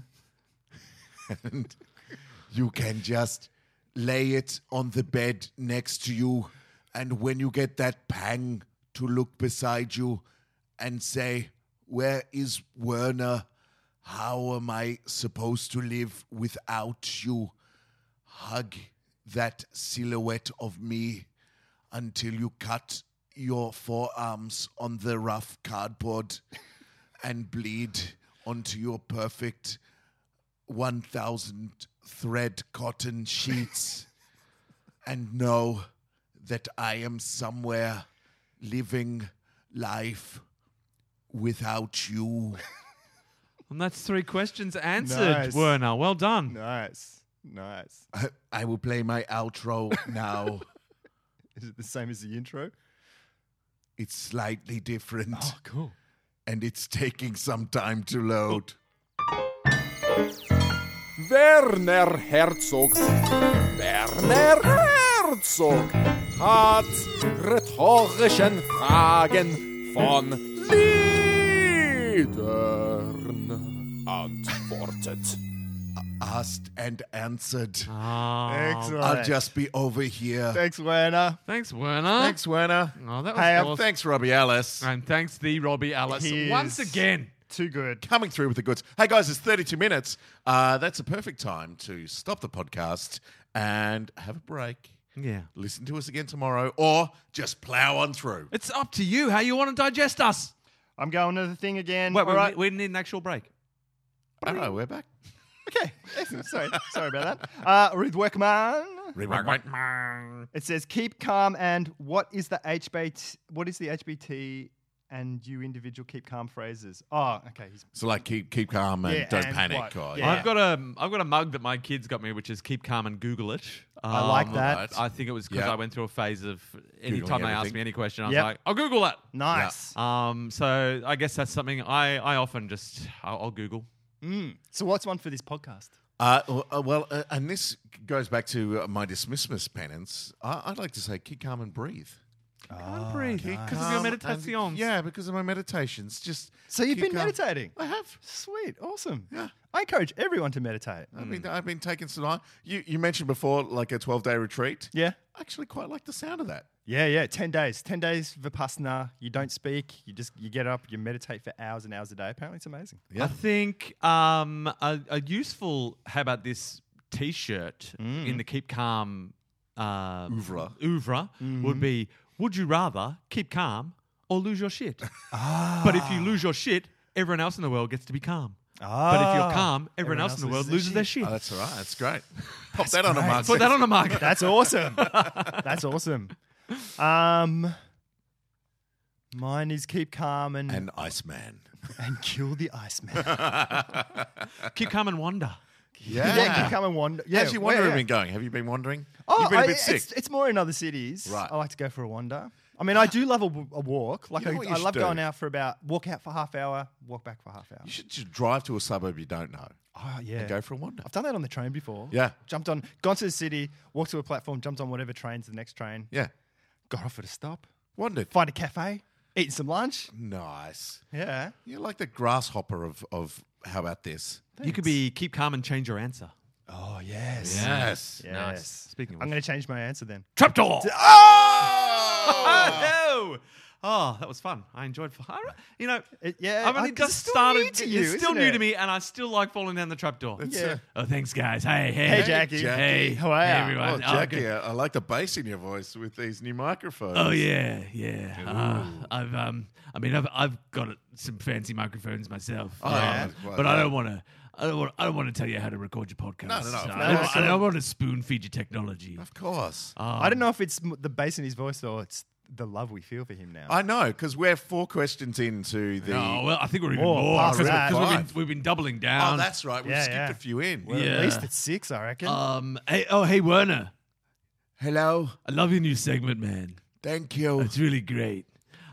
and you can just lay it on the bed next to you. And when you get that pang to look beside you and say, Where is Werner? How am I supposed to live without you? Hug that silhouette of me until you cut your forearms on the rough cardboard and bleed onto your perfect 1,000 thread cotton sheets and know that I am somewhere living life without you.
And that's three questions answered,
Nice.
Werner. Well done.
Nice. Nice.
I, I will play my outro now.
Is it the same as the intro?
it's slightly different
Oh,
cool.
and it's taking some time to load.
Werner Herzog. Werner Herzog hat rhetorischen Fragen von Liedern antwortet.
Asked and answered.
Ah,
Excellent.
I'll just be over here.
Thanks, Werner.
thanks, Werner.
Thanks, Werner.
Oh, that was
Hey, um,
Well,
awesome.
thanks, Robbie Ellis.
And thanks, the Robbie Alice
He
once
is
again.
Too good.
coming through with the goods. Hey guys, it's 32 minutes. Uh, that's a perfect time to stop the podcast and have a break.
Yeah.
Listen to us again tomorrow or just plow on through.
It's up to you how you want to digest us.
I'm going to the thing again.
Wait,
All
we,
right.
we need an actual break.
Hello, we're back.
Okay. Excellent. Sorry. Sorry about that. Uh, Ruth Weckman. It says, keep calm and what is the HBT? What is the HBT and you individual keep calm phrases? Oh, okay. He's
So like keep keep calm and
Yeah,
don't
and
panic.
what?
guys.
Yeah.
I've got a I've got a mug that my kids got me, which is keep calm and Google it.
I like
Um,
that.
right.
I think it was because
Yeah.
I went through a phase of any
Googling
time they asked
everything.
me any question, I was
Yep.
like, I'll Google it.
Nice.
Um, so I guess that's something I, I often just I'll, I'll Google.
Mm. So what's one for this podcast?
Uh, w- uh, well, uh, and this goes back to uh, my dismissmas penance. I- I'd like to say keep calm and breathe.
Can't breathe because of your
Calm and-
meditations.
Yeah, because of my meditations. Just
So you've
keep
been
calm.
meditating?
I have.
Sweet. Awesome.
Yeah.
I encourage everyone to meditate.
I've been I've been taking some time. You you mentioned before like a twelve day retreat.
Yeah.
I actually quite like the sound of that.
Yeah, yeah. Ten days. Ten days Vipassana. You don't speak. You just you get up, you meditate for hours and hours a day. Apparently it's amazing.
Yeah.
I think um, a, a useful how about this T-shirt in the Keep Calm uh,
Oeuvre.
Mm. oeuvre Mm. would be: Would you rather keep Ah. calm or lose your shit? But if you lose your shit, everyone else in the world gets to be calm.
Ah,
But if you're calm, everyone, else in the world loses their shit.
Oh, that's all right. That's great. Pop that on a
great.
mark.
Put that on a market.
That's awesome. That's awesome. Um, mine is keep calm and and,
and Iceman.
kill the Iceman.
Keep calm and wander.
Yeah.
yeah, keep calm and wander. Yeah,
How's your wandering
yeah.
been going? Have you been wandering?
Oh,
You've been a
I-
bit sick.
It's, it's more in other cities.
Right.
I like to go for a wander. I mean, I do love a, w- a walk. Like
You know what you
I, I love
should
going
do?
out for about walk out for half hour, walk back for half hour.
You should just drive to a suburb you don't know
Oh yeah.
and go for a wander.
I've done that on the train before.
Yeah.
Jumped on, gone to the city, walked to a platform, jumped on whatever train to the next train,
Yeah.
got off at a stop,
Wandered.
find a cafe, eating some lunch.
Nice.
Yeah.
You're like the grasshopper of, of how about this?
You could be keep calm and change your answer.
Oh yes.
Yes.
Yes.
Nice. Speaking of
I'm
which-
going to change my answer then.
Trapdoor.
Oh!
Oh, no. Oh, that was fun. I enjoyed. I re- You know,
It- yeah,
I've only
I- 'cause it's
just
still new
started.
to you,
it's still
isn't
new
it?
to me, and I still like falling down the trapdoor.
Yeah.
Oh, thanks, guys. Hey, hey,
Hey, Jackie.
Hey,
How are
hey,
ya?
everyone.
Oh,
Oh,
Jackie,
good.
I I like the bass in your voice with these new microphones.
Oh yeah, yeah. Uh, I've um, I mean, I've I've got some fancy microphones myself.
Oh,
Uh,
yeah. Well,
but I
yeah.
don't want to. I don't want. I don't want to tell you how to record your podcast. Uh,
No, no, no, of
I,
course.
don't, I don't want to spoon feed you technology.
Of course.
I don't know if it's m- the bass in his voice or it's the love we feel for him now.
I know, because we're four questions into the.
Oh well, I think we're even
More,
more
past
because
that.
we've,
Five.
been- we've been doubling down.
Oh, that's right. We've
Yeah,
skipped
yeah.
a few in.
Well,
yeah.
At least it's six, I reckon.
Uh,
um. Hey, oh, hey, Werner.
Hello.
I love your new segment, man.
Thank you.
It's ah. really great.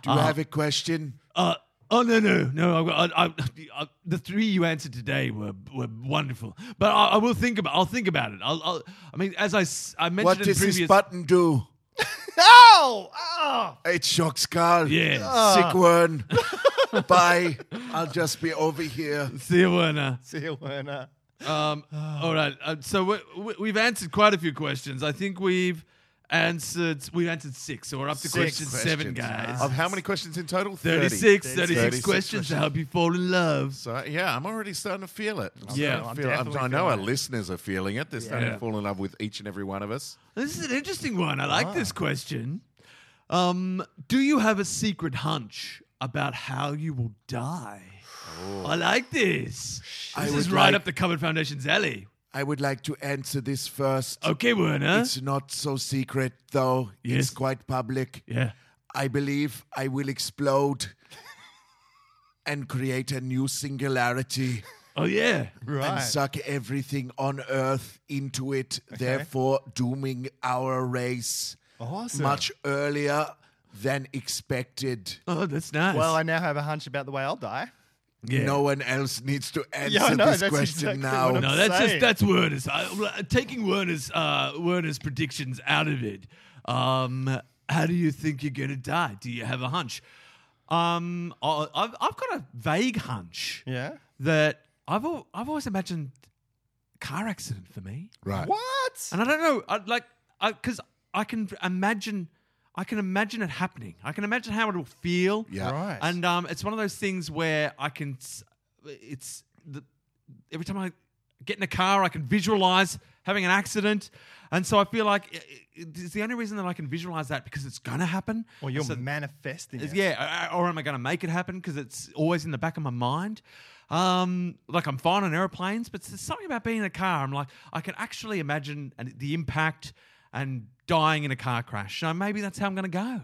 Do you have a question?
Uh, oh no no no! I, I, I, I, the three you answered today were were wonderful, but I, I will think about. I'll think about it. I'll, I'll I mean, as I, s- I mentioned
What
in
does
previous.
this button do?
oh, oh,
It shocks Carl. Ah.
Yeah.
Sick one. Bye. I'll just be over here.
See you, Werner.
see you, Werner.
Um, all right. Uh, so we, we, we've answered quite a few questions. I think we've answered. We've answered six, so we're up to question seven,
questions.
guys.
Of how many questions in total?
36, 36,
36
questions to help you fall in love.
So yeah, I'm already starting to feel it. I'm
Yeah.
starting to
I'm
feel, I'm-
definitely
i know
feeling
our
it.
listeners are feeling it. They're starting
Yeah.
to fall in love with each and every one of us.
This is an interesting one. I like
Ah.
this question. Um, do you have a secret hunch about how you will die?
Oh.
I like this.
I
This is
would
right
like-
up the Cupboard Foundation's alley.
I would like to answer this first.
Okay, Werner.
It's not so secret though.
Yes.
It's quite public.
yeah.
I believe I will explode and create a new singularity.
Oh, yeah.
and suck everything on earth into it, therefore dooming our race
Awesome.
much earlier than expected.
Oh, that's nice.
Well, I now have a hunch about the way I'll die.
yeah.
No one else needs to answer
I know,
this
that's
question
exactly
now.
what I'm
No, that's
saying.
just that's Werner's. I, taking Werner's uh, Werner's predictions out of it. Um, how do you think you're going to die? Do you have a hunch? Um, I, I've I've got a vague hunch.
Yeah.
that I've al- I've always imagined car accident for me,
Right.
What?
and I don't know, I, like, because I, can imagine, I can imagine it happening. I can imagine how it will feel.
Yeah.
Right.
and um, it's one of those things where I can, s- it's the, every time I get in a car, I can visualize having an accident, and so I feel like it, it- it's the only reason that I can visualize that because it's gonna happen.
Well, you're
So-
manifesting. it.
yeah, or- or am I going to make it happen? Because it's always in the back of my mind. Um, like I'm fine on airplanes, but there's something about being in a car. I'm like, I can actually imagine and the impact and dying in a car crash. So maybe that's how I'm going to go.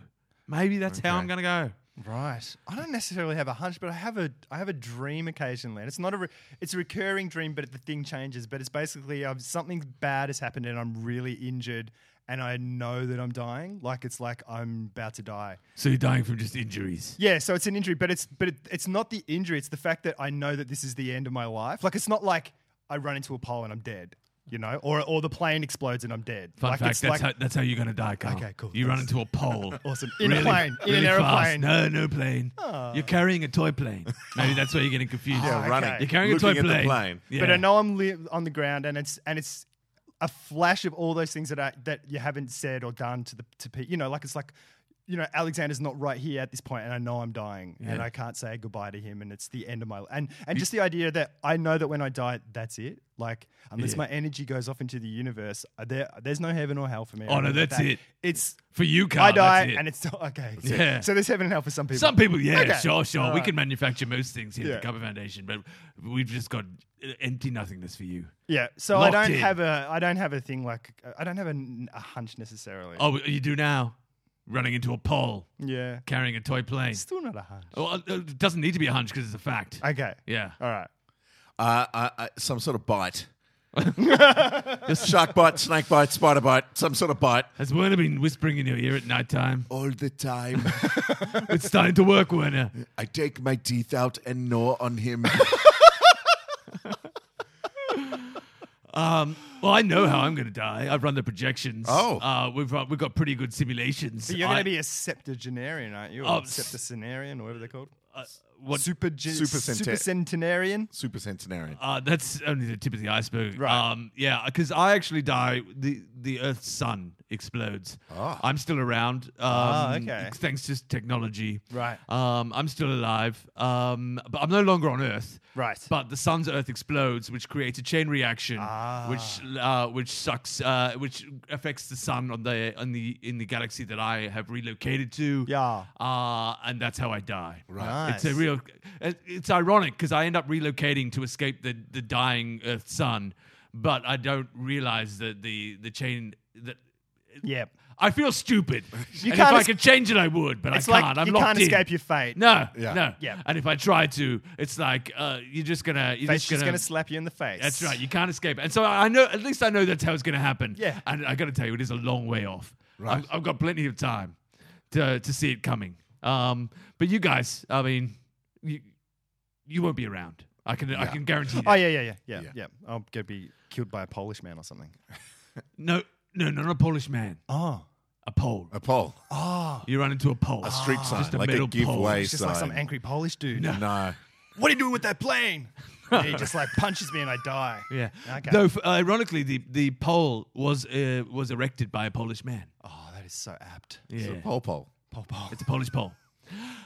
Maybe that's how I'm going to go.
Right. I don't necessarily have a hunch, but I have a I have a dream occasionally. And it's not a re- it's a recurring dream, but the thing changes. But it's basically I've, something bad has happened and I'm really injured, and I know that I'm dying. Like it's like I'm about to die.
So you're dying from just injuries.
Yeah. So it's an injury, but it's but it, it's not the injury. It's the fact that I know that this is the end of my life. Like it's not like I run into a pole and I'm dead. You know, or or the plane explodes and I'm dead.
Fun
like
fact:
it's
that's,
like
how, that's how you're going to die, Carl.
Okay, cool.
You run
Thanks.
into a pole.
Awesome. In a plane. In an
fast.
aeroplane. Ah.
No, no plane. You're carrying a toy plane. Maybe that's where you're getting confused.
Yeah, running.
You're carrying
Looking
a toy
at the
plane.
plane.
Yeah.
but I know I'm li- on the ground, and it's and it's a flash of all those things that I that you haven't said or done to the to people. You know, like it's like you know, Alexander's not right here at this point, and I know I'm dying, and
Yeah.
I can't say goodbye to him, and it's the end of my life. And and just the idea that I know that when I die, that's it. Like unless
Yeah.
my energy goes off into the universe, uh, there there's no heaven or hell for me. I
Oh, no,
know
that's
that.
it.
It's
For you, Carl,
I die,
that's it.
and it's not okay. So,
Yeah.
so there's heaven and hell for some people.
Some people, yeah,
Okay.
sure, sure.
All
We
right.
can manufacture most things here
Yeah.
at the Cover Foundation, but we've just got uh, empty nothingness for you.
Yeah. So
Locked
I don't
in.
have a I don't have a thing like I don't have a, n- a hunch necessarily.
Oh, you do now. Running into a pole,
yeah.
carrying a toy plane.
Still not a hunch.
Well, uh, it doesn't need to be a hunch because it's a fact.
Okay.
yeah.
All right.
Uh, uh, uh, some sort of bite. Shark bite, snake bite, spider bite, some sort of bite.
Has Werner been whispering in your ear at night time?
All the time,
It's starting to work, Werner.
I take my teeth out and gnaw on him.
Um, well, I know how I'm going to die. I've run the projections.
Oh.
Uh, we've, uh, we've got pretty good simulations.
But you're going
I-
to be a septuagenarian, aren't you? Or
Oh, s-
septuagenarian, whatever they're called.
uh, what,
Super,
Supercente-
super centenarian.
Super centenarian.
Uh, that's only the tip of the iceberg.
Right.
Um, yeah, because I actually die. The the Earth's sun explodes.
Ah.
I'm still around. Um,
Ah, okay.
Thanks to technology.
Right.
Um, I'm still alive. Um, but I'm no longer on Earth.
Right.
But the sun's Earth explodes, which creates a chain reaction,
Ah.
which uh, which sucks, uh, which affects the sun on the on the in the galaxy that I have relocated to.
Yeah.
Uh, and that's how I die.
Right.
It's a
Nice.
real. it- It's ironic because I end up relocating to escape the the dying Earth sun, but I don't realize that the the chain that.
Yeah.
I feel stupid.
You
and if
can't
I
es-
could change it, I would, but
It's
I can't.
like
I'm
you
locked
can't
in.
escape your fate.
No,
Yeah.
no.
Yeah.
And if I try to, it's like uh, you're just gonna. You're
Fate's
just
just
gonna.
going to slap you in the face.
that's right. You can't escape. And so I know. At least I know that's how it's gonna happen.
Yeah.
And I got to tell you, it is a long way off.
Right.
I've, I've got plenty of time to to see it coming. Um. But you guys, I mean, you you won't be around. I can I can guarantee. That.
Oh, yeah, yeah, yeah, yeah,
Yeah.
yeah. I'm going to be killed by a Polish man or something.
No, no, not a Polish man.
Oh.
A pole.
A pole.
You run into a pole.
A street sign.
Just a
like
metal
a giveaway
It's just
sign.
like some angry Polish dude.
no.
What are you doing with that plane? And he just like punches me and I die.
Yeah.
Okay.
Though, f- ironically, the the pole was uh, was erected by a Polish man.
Oh, that is so apt.
Yeah.
Pole pole.
Pole, pole.
It's a Polish pole.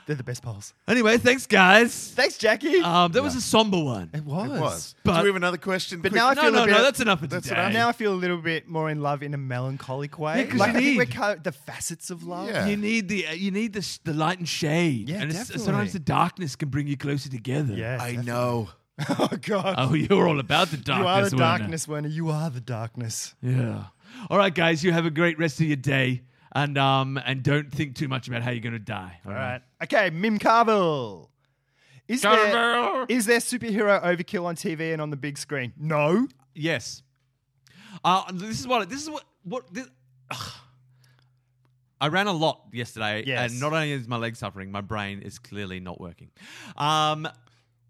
They're the best poles.
Anyway, thanks, guys.
Thanks, Jackie.
Um, that was a somber one.
it was.
It was.
But-
Do we have another question?
But
Quick-
now I
no,
feel
no,
a bit
no, that's enough for
That's
today.
enough.
Now I feel a little bit more in love in a melancholic way.
Yeah, 'cause
like,
you
I think
need-
we're co- the facets of love.
Yeah.
you need the uh, you need the sh- the light and shade.
Yeah,
and it's-
definitely.
sometimes the darkness can bring you closer together.
Yes,
I
definitely.
know.
Oh God.
Oh, you're all about the darkness.
you are the
weren't
darkness, Werner. You are the darkness.
you? Yeah. All right, guys. You have a great rest of your day, and um, and don't think too much about how you're going to die. All
All right. Okay, Mim Carvel. Is there,
Carvel.
is there superhero overkill on TV and on the big screen? No.
Yes. Uh, this is what this is what what this. ugh. I ran a lot yesterday,
Yes.
and not only is my leg suffering, my brain is clearly not working. Um,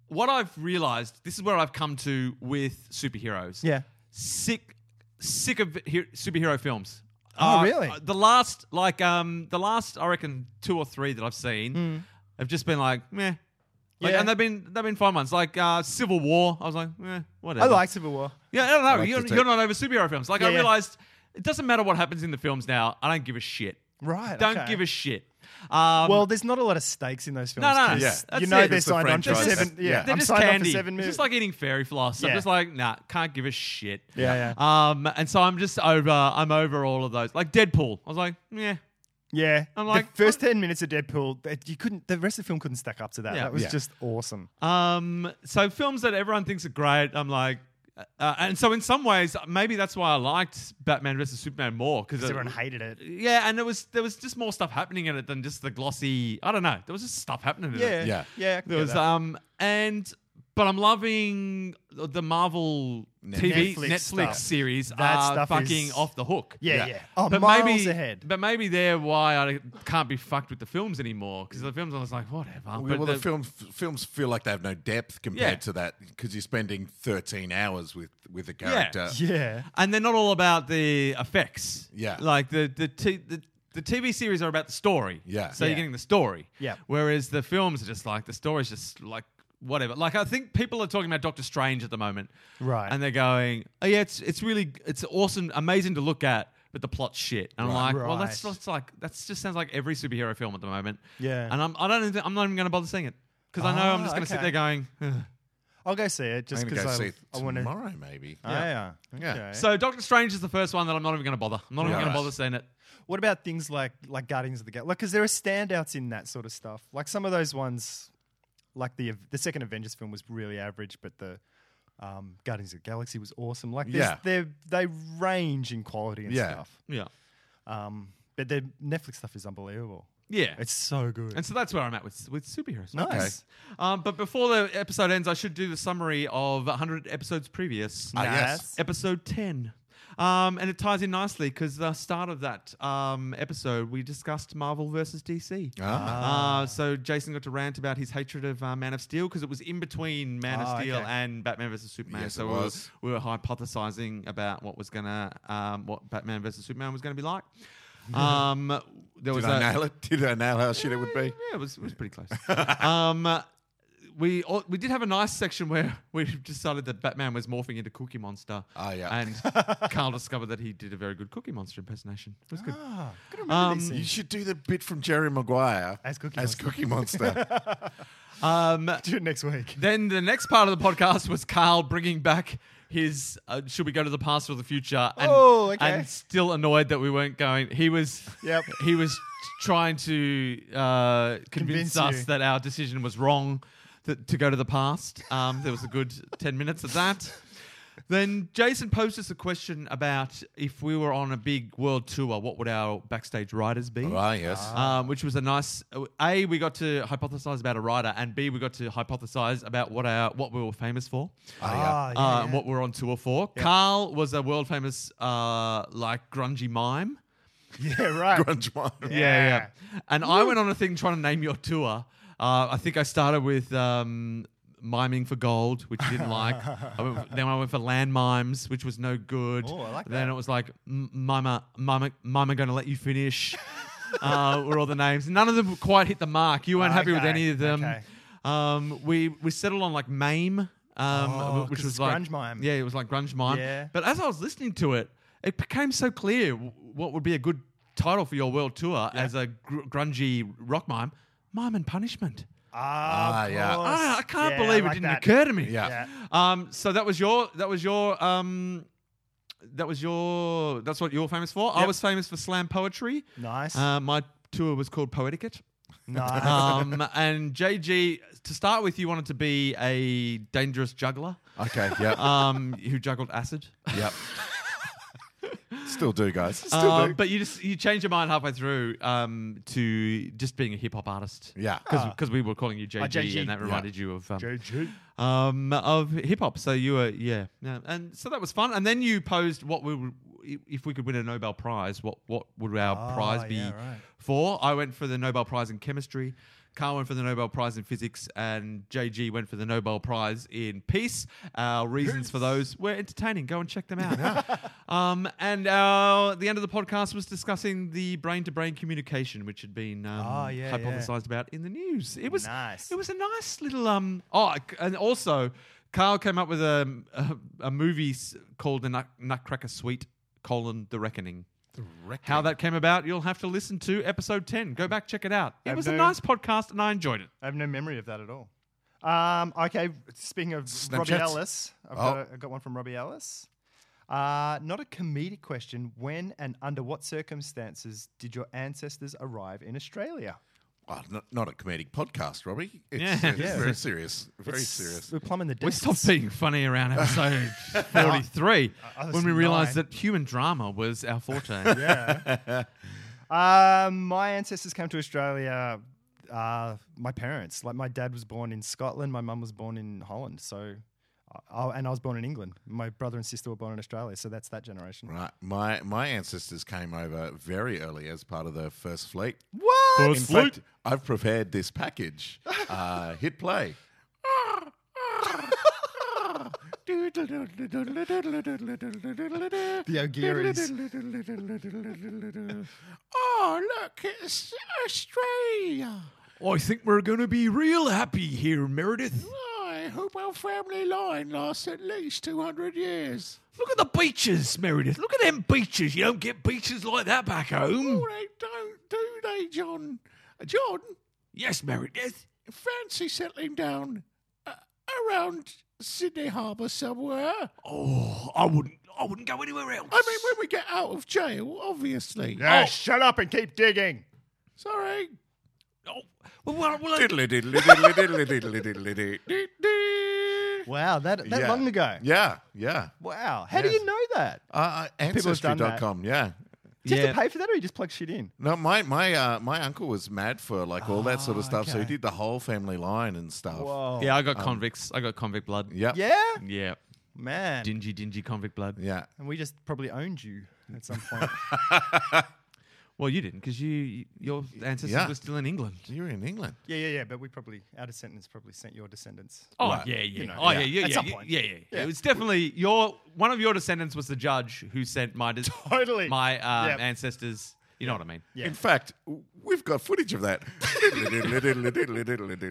what I've realized, this is where I've come to with superheroes.
Yeah.
sick, sick of he- superhero films.
Oh,
Uh,
really?
uh, The last, like, um, the last, I reckon, two or three that I've seen have just been like, meh. Like,
Hmm. Yeah.
and they've been they've been fine ones like uh, Civil War. I was like, eh, whatever.
I like Civil War.
Yeah, I don't know.
like
you're,
to take-
you're not over superhero films. Like
Yeah,
I
yeah.
realized, it doesn't matter what happens in the films now. I don't give a shit.
Right,
Don't
okay.
give a shit. Um,
Well, there's not a lot of stakes in those films.
no, no,
'cause
yeah. That's
You know
it.
they're
It's
the
signed on for
franchise.
seven.
Yeah.
Yeah,
they're
I'm
just
signed
candy.
on for seven
It's
minutes.
just like eating fairy floss. I'm
Yeah.
just like, nah, can't give a shit.
yeah, yeah,
Um, and so I'm just over. I'm over all of those. Like Deadpool, I was like, yeah,
yeah.
I'm like, oh.
the first ten minutes of Deadpool, that you couldn't. The rest of the film couldn't stack up to that.
Yeah.
That was
Yeah.
just awesome.
Um, so films that everyone thinks are great, I'm like, uh, and so in some ways, maybe that's why I liked Batman versus Superman more because
Because everyone hated it.
Yeah, and there was there was just more stuff happening in it than just the glossy. I don't know. There was just stuff happening. In
Yeah,
it.
Yeah.
yeah, yeah. I can
There
get
was
that.
um and but I'm loving the Marvel TV
Netflix
Netflix,
stuff.
series.
That
are
stuff
fucking
is-
off the hook.
yeah, yeah,
yeah.
Oh,
But
miles
maybe,
ahead.
but maybe they're why I can't be fucked with the films anymore because the films I was like whatever.
Well,
but
well, the,
the-
films films feel like they have no depth compared
Yeah.
to that because you're spending 13 hours with with a character.
yeah,
and they're not all about the effects.
Yeah.
like the the t- the. The TV series are about the story.
Yeah.
So
Yeah.
you're getting the story.
Yeah.
Whereas the films are just like, the story's just like, whatever. Like, I think people are talking about Doctor Strange at the moment.
Right.
And they're going, oh, yeah, it's, it's really, it's awesome, amazing to look at, but the plot's shit. And I'm
Right.
like, well, that's
Right.
that's like that's just sounds like every superhero film at the moment.
Yeah.
And I'm I don't even- I'm not even going to bother seeing it because I know I'm
Ah,
just going to sit
okay.
there going. "Ugh."
I'll go see it just
I'm gonna
because
go see
I,
it
I want to.
tomorrow, maybe.
Yeah.
Yeah.
Okay.
So Doctor Strange is the first one that I'm not even going to bother. I'm not even
Yeah.
going to bother seeing it.
What about things like like Guardians of the Galaxy? Like, because there are standouts in that sort of stuff. Like some of those ones, like the the second Avengers film was really average, but the um, Guardians of the Galaxy was awesome. Like,
Yeah.
they they range in quality and
Yeah.
stuff.
Yeah.
Um, but the Netflix stuff is unbelievable.
Yeah.
It's so good.
and so that's where I'm at with with superheroes.
nice.
Um, but before the episode ends, I should do the summary of 100 episodes previous.
Ah, yes.
Yes.
episode 10. Um, and it ties in nicely because the start of that um, episode, we discussed Marvel versus DC.
Ah.
Uh, so Jason got to rant about his hatred of uh, Man of Steel because it was in between Man
Ah,
of Steel
okay.
and Batman versus Superman.
Yes,
so
it
we were-
was.
We, were, hypothesizing about what was gonna, um, what Batman versus Superman was gonna be like. Um, there was
Did I
a-
nail it? Did I nail how shit it would be?
yeah, it was, it was pretty close. um, uh, we all, we did have a nice section where we decided that Batman was morphing into Cookie Monster.
Ah, yeah.
And Carl discovered that he did a very good Cookie Monster impersonation. It was good.
Ah, good remember these
Um,
You
things.
should do the bit from Jerry Maguire
As Cookie
as
Monster.
Cookie Monster.
Um,
Do it next week.
then the next part of the podcast was Carl bringing back his uh, should we go to the past or the future and,
Oh, okay.
and still annoyed that we weren't going he was
Yep.
he was trying to uh, convince,
Convince
us
you.
that our decision was wrong that, to go to the past um, there was a good 10 minutes of that then Jason posed us a question about if we were on a big world tour, what would our backstage writers be?
Ah, yes.
um, which was a nice. A, we got to hypothesize about a writer, and B, we got to hypothesize about what our what we were famous for,
Ah, yeah,
uh,
yeah.
and what we are on tour for. Carl was a world famous uh, like grungy mime.
yeah, right.
Grunge one.
And I went on a thing trying to name your tour. Uh, I think I started with um, miming for gold, which you didn't like. I went, then I went for land mimes, which was no good.
Oh, I like
Then
that.
it was like M- mima, mima, mima, going to let you finish. uh, were all the names. None of them quite hit the mark. You weren't happy with
Okay,
any of them.
okay.
Um, we we settled on like mame. Um,
Oh,
which
'cause
was
it's
like
grunge mime.
Yeah, it was like grunge mime.
Yeah.
But as I was listening to it, it became so clear w- what would be a good title for your world tour as a gr- grungy rock mime, Mime and Punishment.
Ah,
Ah, yeah.
Ah, I can't
Yeah,
believe
like
it didn't
that.
occur to me.
Yeah.
Yeah.
Um, so that was your that was your um, that was your that's what you were famous for. I
Yep.
was famous for slam poetry.
Nice.
Uh, my tour was called Poeticate.
nice.
Um, and JG, to start with, you wanted to be a dangerous juggler
Okay, yep.
um, who juggled acid.
yep. Still do, guys. Still
Uh,
do.
but you just you changed your mind halfway through um, to just being a hip hop artist.
Yeah.
Because we were calling you JG,
JG.
and that
Yeah.
reminded you of um,
JG.
um, of hip hop. So you were yeah, yeah, and so that was fun. And then you posed what we would, if we could win a Nobel Prize, what what would our
Ah,
prize be
yeah, right.
for? I went for the Nobel Prize in chemistry. Carl went for the Nobel Prize in physics, and JG went for the Nobel Prize in peace. Our reasons for those were entertaining. Go and check them out. um, and our, the end of the podcast was discussing the brain-to-brain communication, which had been um,
Ah, yeah, yeah.
hypothesized about in the news. It was
Nice.
It was a nice little um. Oh, c- and also, Carl came up with a a, a movie s- called the Nut, Nutcracker Suite: colon The Reckoning. How that came about, you'll have to listen to episode ten. Go back, check it out. It
And
was a
then-
nice podcast, and I enjoyed it.
I have no memory of that at all. Um, okay, speaking of Robbie
Snapchats?
Ellis, I've,
Oh.
got a, I've got one from Robbie Ellis. Uh, not a comedic question. When and under what circumstances did your ancestors arrive in Australia?
Well, not, Oh, not a comedic podcast, Robbie. It's,
Yeah.
it's
Yeah.
very serious. Very
It's-
serious.
We're plumbing the
We
depths.
stopped being funny around episode forty-three
I was
when we realised
nine.
that human drama was our forte.
yeah. um, my ancestors came to Australia. Uh, my parents, like my dad was born in Scotland, my mum was born in Holland. So, I, and I was born in England. My brother and sister were born in Australia. So that's that generation.
Right. My my ancestors came over very early as part of the first fleet.
What?
In fact, I've prepared this package. Uh, hit play. Oh, The O'Gearys. Oh, look, it's Australia.
I think we're going to be real happy here, Meredith.
I hope our family line lasts at least 200 years.
Look at the beaches, Meredith. Look at them beaches. You don't get beaches like that back home.
Oh, they don't, do they, John? Uh, John,
Yes, Meredith.
fancy settling down uh, around Sydney Harbour somewhere.
Oh, I wouldn't. I wouldn't go anywhere else.
I mean, when we get out of jail, obviously.
Yeah, shut up and keep digging.
Sorry.
Oh, well, well, well,
Diddly diddly diddly diddly diddly diddly diddly diddly.
Wow, that, that
Yeah.
long ago.
Yeah, yeah.
Wow. How do
Yes.
you know that?
Uh,
have done that.
ancestry.com, yeah.
Do you
Yeah.
have to pay for that or you just plug shit in?
No, my my uh, my uncle was mad for like all that sort of stuff, so he
Ah, okay.
did the whole family line and stuff.
Whoa. Mm.
yeah, I got convicts. I got convict blood.
Yep. Um, Yeah.
Yeah?
Yeah.
Man.
Dingy, dingy convict blood.
Yeah.
and we just probably owned you at some point.
Well, you didn't because you your ancestors
Yeah.
were still in England.
You're in England.
yeah, yeah, yeah. But we probably, our descendants probably sent your descendants.
Oh
Right.
yeah, yeah.
You know,
oh yeah,
yeah.
yeah, yeah,
At some
yeah,
point.
yeah, yeah,
Yeah.
It was definitely your one of your descendants was the judge who sent my des-
Totally.
my um,
Yep.
ancestors. You know what I mean?
Yeah.
In fact, we've got footage of that.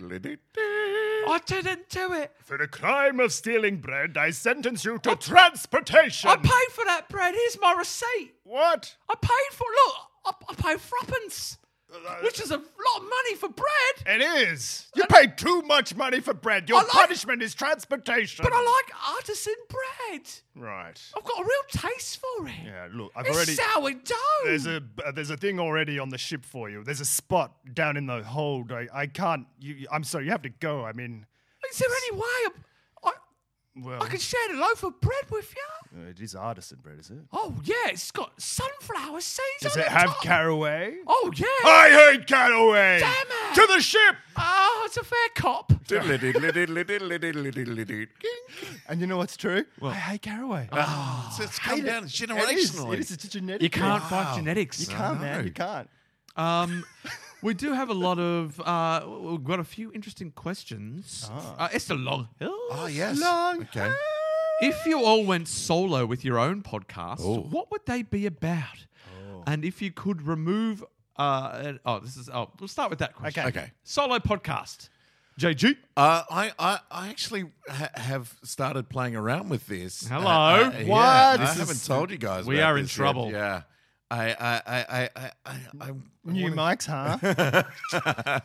I didn't do it.
For the crime of stealing bread, I sentence you to transportation.
I paid for that bread. Here's my receipt.
what?
I paid for look. I, I paid threepence,
Uh,
which is a lot of money for bread.
It is. You paid too much money for bread. Your
I like-
punishment is transportation.
But I like artisan bread.
Right.
I've got a real taste for it.
Yeah, look, I've
it's
already.
sourdough.
There's a uh, there's a thing already on the ship for you. There's a spot down in the hold. I, I can't. You, you- I'm sorry. You have to go. I mean,
Is there any way I, I,
well,
I could share a loaf of bread with you?
uh, it is artisan bread, is it?
Oh yeah, it's got sunflower seeds
Does
on
it
the
have
top.
caraway?
Oh yeah.
I hate caraway.
Damn it.
To the ship.
Oh, it's a fair cop.
And you know what's true? I hate caraway.
Ah, so it's come
Hate it.
down
It is.
generationally.
It is. It's a genetic.
You can't
thing.
fight genetics.
You can't,
No.
man. You can't.
Um, we do have a lot of. Uh, we've got a few interesting questions.
Ah.
Uh, Esther Long.
Oh yes.
Long
okay.
If you all went solo with your own podcast,
Oh.
what would they be about?
Oh.
And if you could remove. Uh, an- oh, this is. Oh, we'll start with that question.
Okay.
Okay.
Solo podcast. JG.
Uh, I, I I actually ha- have started playing around with this.
Hello.
Uh, uh,
What?
yeah,
This
I
is-
haven't told you guys.
We
about
are in
this yet.
trouble.
Yeah. I I I I I I, I
New
wanna-
mics, huh?
I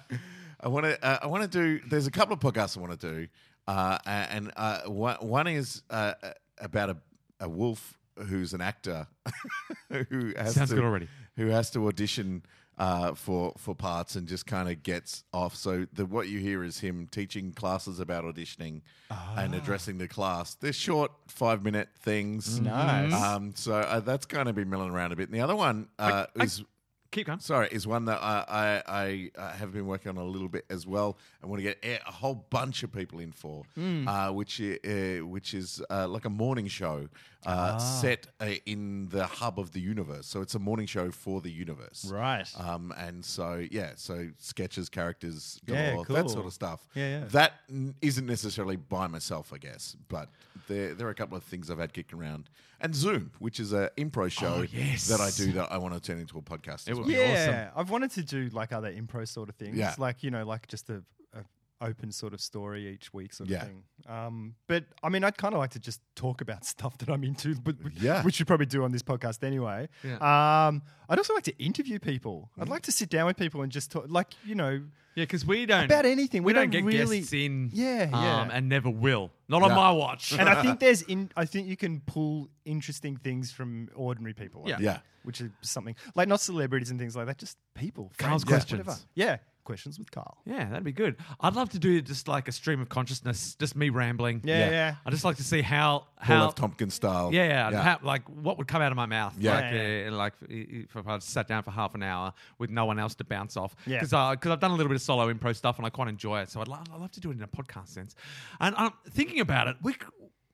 want to. Uh, I want to do. There's a couple of podcasts I want to do, uh, and uh, one, one is uh, about a, a wolf who's an actor who has
Sounds
to,
good already.
Who has to audition uh, for for parts and just kind of gets off. So the what you hear is him teaching classes about auditioning
Ah.
and addressing the class. They're short five minute things.
Nice.
Um, so uh, that's going to be milling around a bit. And the other one uh,
I-
is
Keep going.
sorry, is one that I, I, I uh, have been working on a little bit as well, and want to get a a whole bunch of people in for,
Hmm.
uh, which i- uh, which is uh, like a morning show
Ah.
uh, set uh, in the hub of the universe. So it's a morning show for the universe,
Right.
Um, and so yeah, so sketches, characters,
Yeah,
galore, that
cool.
sort of stuff.
Yeah, yeah.
That n- isn't necessarily by myself, I guess, but there there are a couple of things I've had kicking around, and Zoom, which is an
Oh,
impro show
yes.
that I do that I want to turn into a podcast. as
would
well.
be
Yeah, I've wanted to do like other impro sort of things.
Yeah.
Like, you know, like just a, a open sort of story each week sort of
Yeah.
thing. Um, but I mean, I'd kind of like to just talk about stuff that I'm into, but, but-
Yeah.
which you probably do on this podcast anyway. Um, I'd also like to interview people.
Mm.
I'd like to sit down with people and just talk, like, you know,
Yeah, because we don't
About anything. We
don't, get
don't really-
guests in.
Yeah, yeah.
um, and never will. Not on
No.
my watch.
and I think there's in, I think you can pull interesting things from ordinary people. I
Yeah.
think,
Yeah.
Which is something like not celebrities and things like that, just people.
Carl's
friends, yeah, whatever.
questions.
Yeah. Questions with Carl.
Yeah, that'd be good. I'd love to do just like a stream of consciousness, just me rambling.
Yeah, yeah.
I just like to see how
Paul
how
F. Tompkins style.
yeah, yeah, how- like what would come out of my mouth.
Yeah.
like,
Yeah,
uh, like if if I sat down for half an hour with no one else to bounce off.
Yeah.
because because I've done a little bit of solo impro stuff and I quite enjoy it. So I'd, lo- I'd love to do it in a podcast sense. And I'm thinking about it. We c-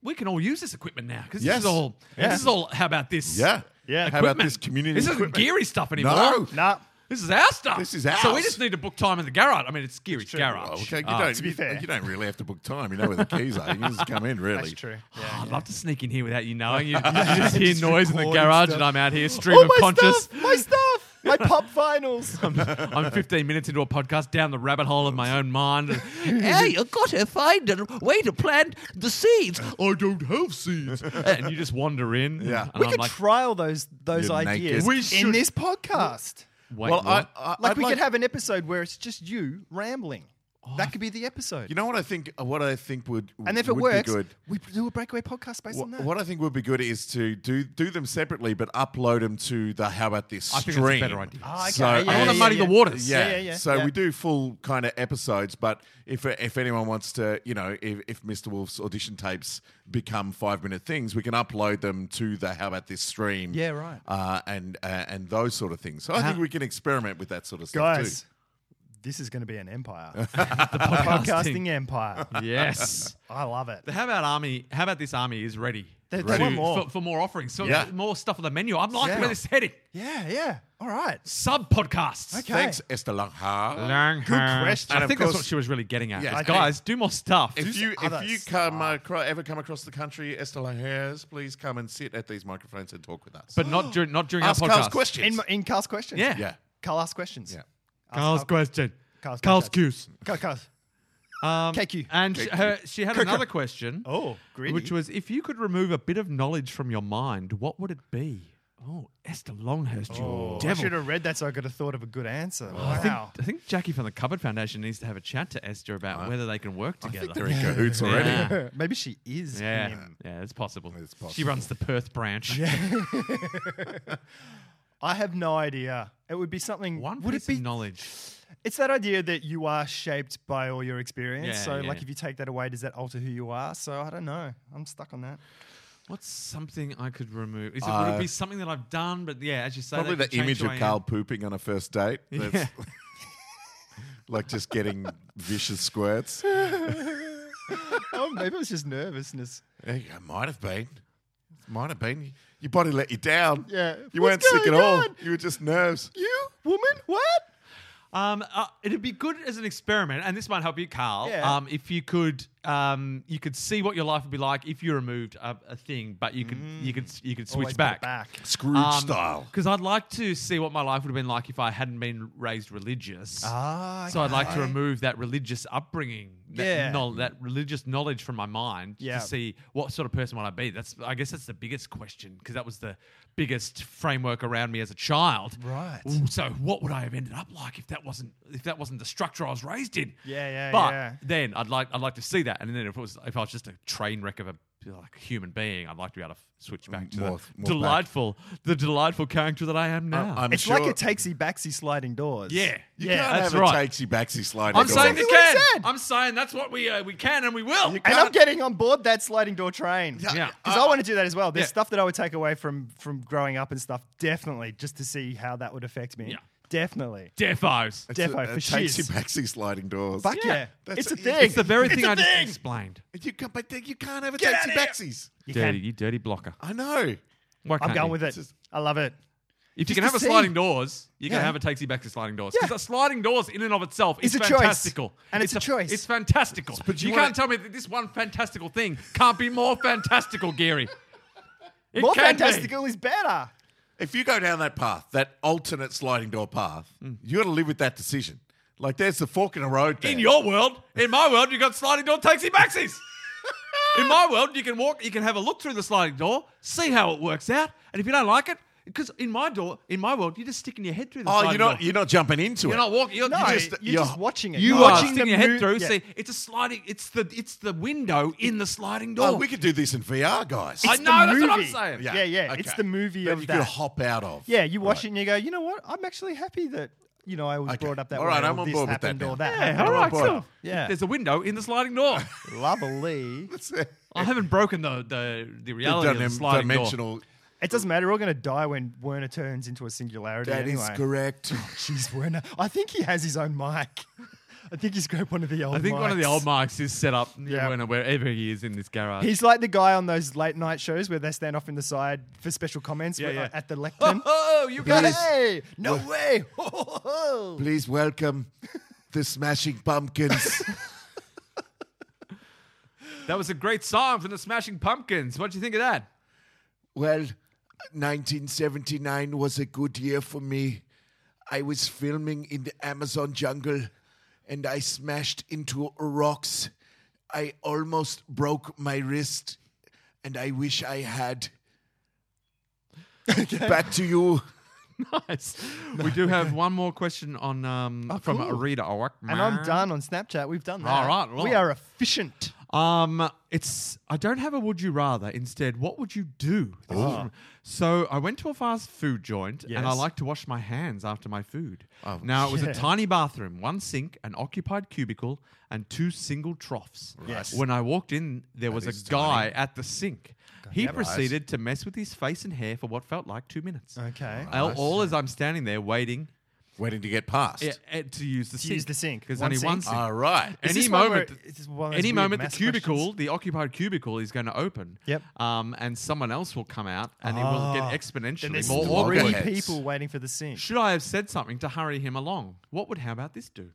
we can all use this equipment now because
Yes.
this is all
Yeah.
this is all. How about this?
Yeah.
Yeah.
How about
equipment?
this community?
This isn't
equipment?
Geary stuff anymore.
No. Oh,
Nah.
This is our stuff.
This is
So we
ours.
just need to book time in the garage. I mean, it's Geary's garage.
Oh, okay, you
Uh,
don't.
Ah, to be
you-
fair.
you don't really have to book time. You know where the keys are. You can just come in. Really,
That's true.
oh,
Yeah.
I'd love to sneak in here without you knowing. You, you just hear
Just
noise in the
recording
garage,
stuff.
and I'm out here stream of conscious.
stuff! My stuff! My pop finals.
I'm 15 minutes into a podcast down the rabbit hole of my own mind. hey, you got to find a way to plant the seeds. I don't have seeds. And you just wander in.
Yeah.
And
we
I'm
could
like,
trial those those
You're
ideas
naked.
We
in
should-
this podcast.
Wait,
well, I,
what?
I,
Like
I'd
we could have an episode where it's just you rambling. that could be the episode.
You know what I think? What I think would
and if it
would
works,
be good.
we do a breakaway podcast based on
What,
that.
what I think would be good is to do do them separately, but upload them to the how about this
I think
stream.
that's a better idea.
Ah, okay.
So-
Yeah,
I
I
yeah,
want to
yeah,
muddy the waters.
Yeah,
Yeah, yeah, yeah.
So
Yeah.
we do full kind of episodes, but if if anyone wants to, you know, if, if Mr. Wolf's audition tapes become five minute things, we can upload them to the how about this stream.
Yeah, right.
Uh, and uh, and those sort of things. So I think we can experiment with that sort of stuff
Guys,
too.
this is going to be an empire. the
podcasting.
podcasting empire.
Yes.
I love it.
How about army? How about this army is ready?
They- they
to-
want more.
For, for more offerings, so
Yeah.
more stuff on the menu. I'm liking
Yeah.
where this is heading.
Yeah, yeah. All right.
Sub podcasts.
Okay.
Thanks, Esther Langhard.
Good
question.
And
I
of
think
course-
that's what she was really getting at.
Yeah,
is,
I think-
guys, do more stuff.
If you Ah.
other
if you come acro- ever come across the country, Esther Langhairs, please come and sit at these microphones and talk with us.
but not during not during
ask
our podcast.
Carl's questions.
In, in Carl's questions.
Yeah.
yeah.
Carl asks questions.
Yeah.
Carl's
Ask-
question.
Carl's
Carl's
question.
cues.
Carl, Carl's.
Um,
KQ.
And she, her, she had another question,
Oh, greedy.
which was if you could remove a bit of knowledge from your mind, what would it be? Oh, Esther Longhurst, you
Oh,
Oh,
I
devil. Oh,
should have read that so I could have thought of a good answer.
I think,
Wow.
I think Jackie from the Cupboard Foundation needs to have a chat to Esther about whether they can work
Uh, I
together.
think they're in cahoots already.
Yeah.
Maybe she is
yeah,
him.
yeah, it's possible.
It's
She
possible.
runs the Perth branch.
I have no idea. It would be something.
One
would
piece
it be?
of knowledge.
it's that idea that you are shaped by all your experience.
Yeah,
so, like,
yeah.
if you take that away, does that alter who you are? So, I don't know. I'm stuck on that.
What's something I could remove? Is it, would it be something that I've done? But yeah, as you say,
Uh, Probably
that
the
could change
image
who I
of
am.
Carl pooping on a first date. That's
Yeah.
like just getting vicious squirts.
oh, maybe it was just nervousness.
There you go. Might have been. Might have been. Your body let you down.
Yeah.
You weren't
What's
sick at
going
all.
on?
You were just nerves.
You woman?
Oh,
What?
Um, uh, it'd be good as an experiment, and this might help you, Carl.
Yeah.
Um, if you could, um, you could see what your life would be like if you removed a, a thing, but you could, you could, you could switch
Always put it
back.
back.
Scrooge style.
Because I'd like to see what my life would have been like if I hadn't been raised religious.
Ah,
So I'd like to
okay.
remove that religious upbringing, that,
Yeah.
knowl- that religious knowledge from my mind
Yeah.
to see what sort of person would I be. That's, I guess, that's the biggest question because that was the biggest framework around me as a child.
Right.
Ooh, so what would I have ended up like if that wasn't if that wasn't the structure I was raised in?
Yeah, yeah,
But
yeah.
then I'd like I'd like to see that, and then if it was if I was just a train wreck of a like human being, I'd like to be able to f- switch
Mm,
back to
Morph- morph
the
back.
delightful, the delightful character that I am now.
I'm
it's
sure
like a takesy backsy sliding doors.
yeah,
You
Yeah,
can't
that's
have
right.
a takesy backsy slide.
I'm saying
exactly
we
what I
can.
said.
I'm saying that's what we uh, we can and we will.
And I'm getting on board that sliding door train.
Yeah.
Because I want to do that as well. There's
yeah.
stuff that I would take away from from growing up and stuff, definitely, just to see how that would affect me.
Yeah.
Definitely.
Defos.
Defo
a,
for
takesy
shiz.
backsy sliding doors.
Fuck yeah.
That's
It's a
a-
thing.
It's the very thing
I
I just explained.
You can't, but you can't have a
Get
takesy
outta here.
backsies.
You
dirty,
can.
you dirty blocker.
I know.
Why
I'm
can't
going
you?
with it.
Just-
I love it.
If you
Just
can
to
have a
see.
sliding doors, you can
Yeah.
have a takes you back to sliding doors.
Yeah.
Because a sliding doors in and of itself is
It's a choice.
fantastical.
And it's a choice.
It's fantastical. But you,
you
can't tell me that this one fantastical thing can't be more fantastical, Gary. It
More
can be.
fantastical is better.
If you go down that path, that alternate sliding door path,
Hmm.
you got to live with that decision. Like there's the fork in the road. There.
In your world, in my world, you got sliding door taxi backsies. in my world, you can walk, you can have a look through the sliding door, see how it works out, and if you don't like it, because in my door, in my world, you're just sticking your head through the
oh,
sliding
you're not
door.
you're not jumping into
You're
it.
not walking. You're,
No,
you're
you're
just
just,
you're-
watching it.
you
You're
are
watching
sticking
the
your head
mo-
through.
yeah.
See, it's a sliding. It's the it's the window in the sliding door.
Oh, we could do this in VR, guys.
I
It's
know,
the
that's what I'm
movie.
saying.
Yeah, yeah. It's
okay.
the movie
that
of
you
that.
could hop out of.
Yeah, you watch it and you go, you know what? I'm actually happy that you know I was
Okay.
brought up that
All
way.
right,
or
I'm on
this
board with that
happened
now.
Or that
yeah,
happened,
all
or
right,
whatever.
cool.
Yeah.
There's a window in the sliding door.
Lovely.
I haven't broken the the, the reality of the
Dimen-
sliding door.
dimensional.
It doesn't matter. We're all going to die when Werner turns into a singularity.
That is
anyway.
correct.
Jeez, Werner. I think he has his own mic. I think he's grabbed one of the old.
I think one of the
mics.
old marks is set up near
Yeah.
Werner, wherever he is in this garage.
He's like the guy on those late night shows where they stand off in the side for special comments
Yeah,
where-
yeah.
at the
oh,
lectern.
oh, you got it.
hey, no way! Ho, ho, ho.
Please welcome the Smashing Pumpkins.
That was a great song from the Smashing Pumpkins. What do you think of that?
well, 1979 was a good year for me. I was filming in the Amazon jungle and I smashed into rocks. I almost broke my wrist and I wish I had. Back to you.
nice. We do have one more question on um, from
cool.
a reader. Oh, what-
And I'm done on Snapchat. We've done that.
All right, well.
we are efficient.
Um, it's I don't have a would you rather. Instead, what would you do? This is from- So I went to a fast food joint, and I
Ah. Yes. Oh,
like to wash my hands after my food. now it was a tiny bathroom, one sink, an occupied cubicle, and two single troughs.
Yes.
When I walked in, there was
is
a guy at the sink. He proceeded to mess with his face and hair for what felt like two minutes.
Okay.
All, all as I'm standing there waiting
Waiting to get past.
eh, eh, to use the
To
sink.
use the sink.
Because
One
only
sink. Ah.
one sink.
All right.
Is
any
this one where-
moment,
is this one of those
any
weird
moment, the
math
cubicle,
questions?
the occupied cubicle, is going to open.
Yep.
Um, and someone else will come out, and it will
Ah.
get
Then
exponentially
there's
more
three
awkward.
heads.
people waiting for the sink.
Should I have said something to hurry him along? What would how about this do?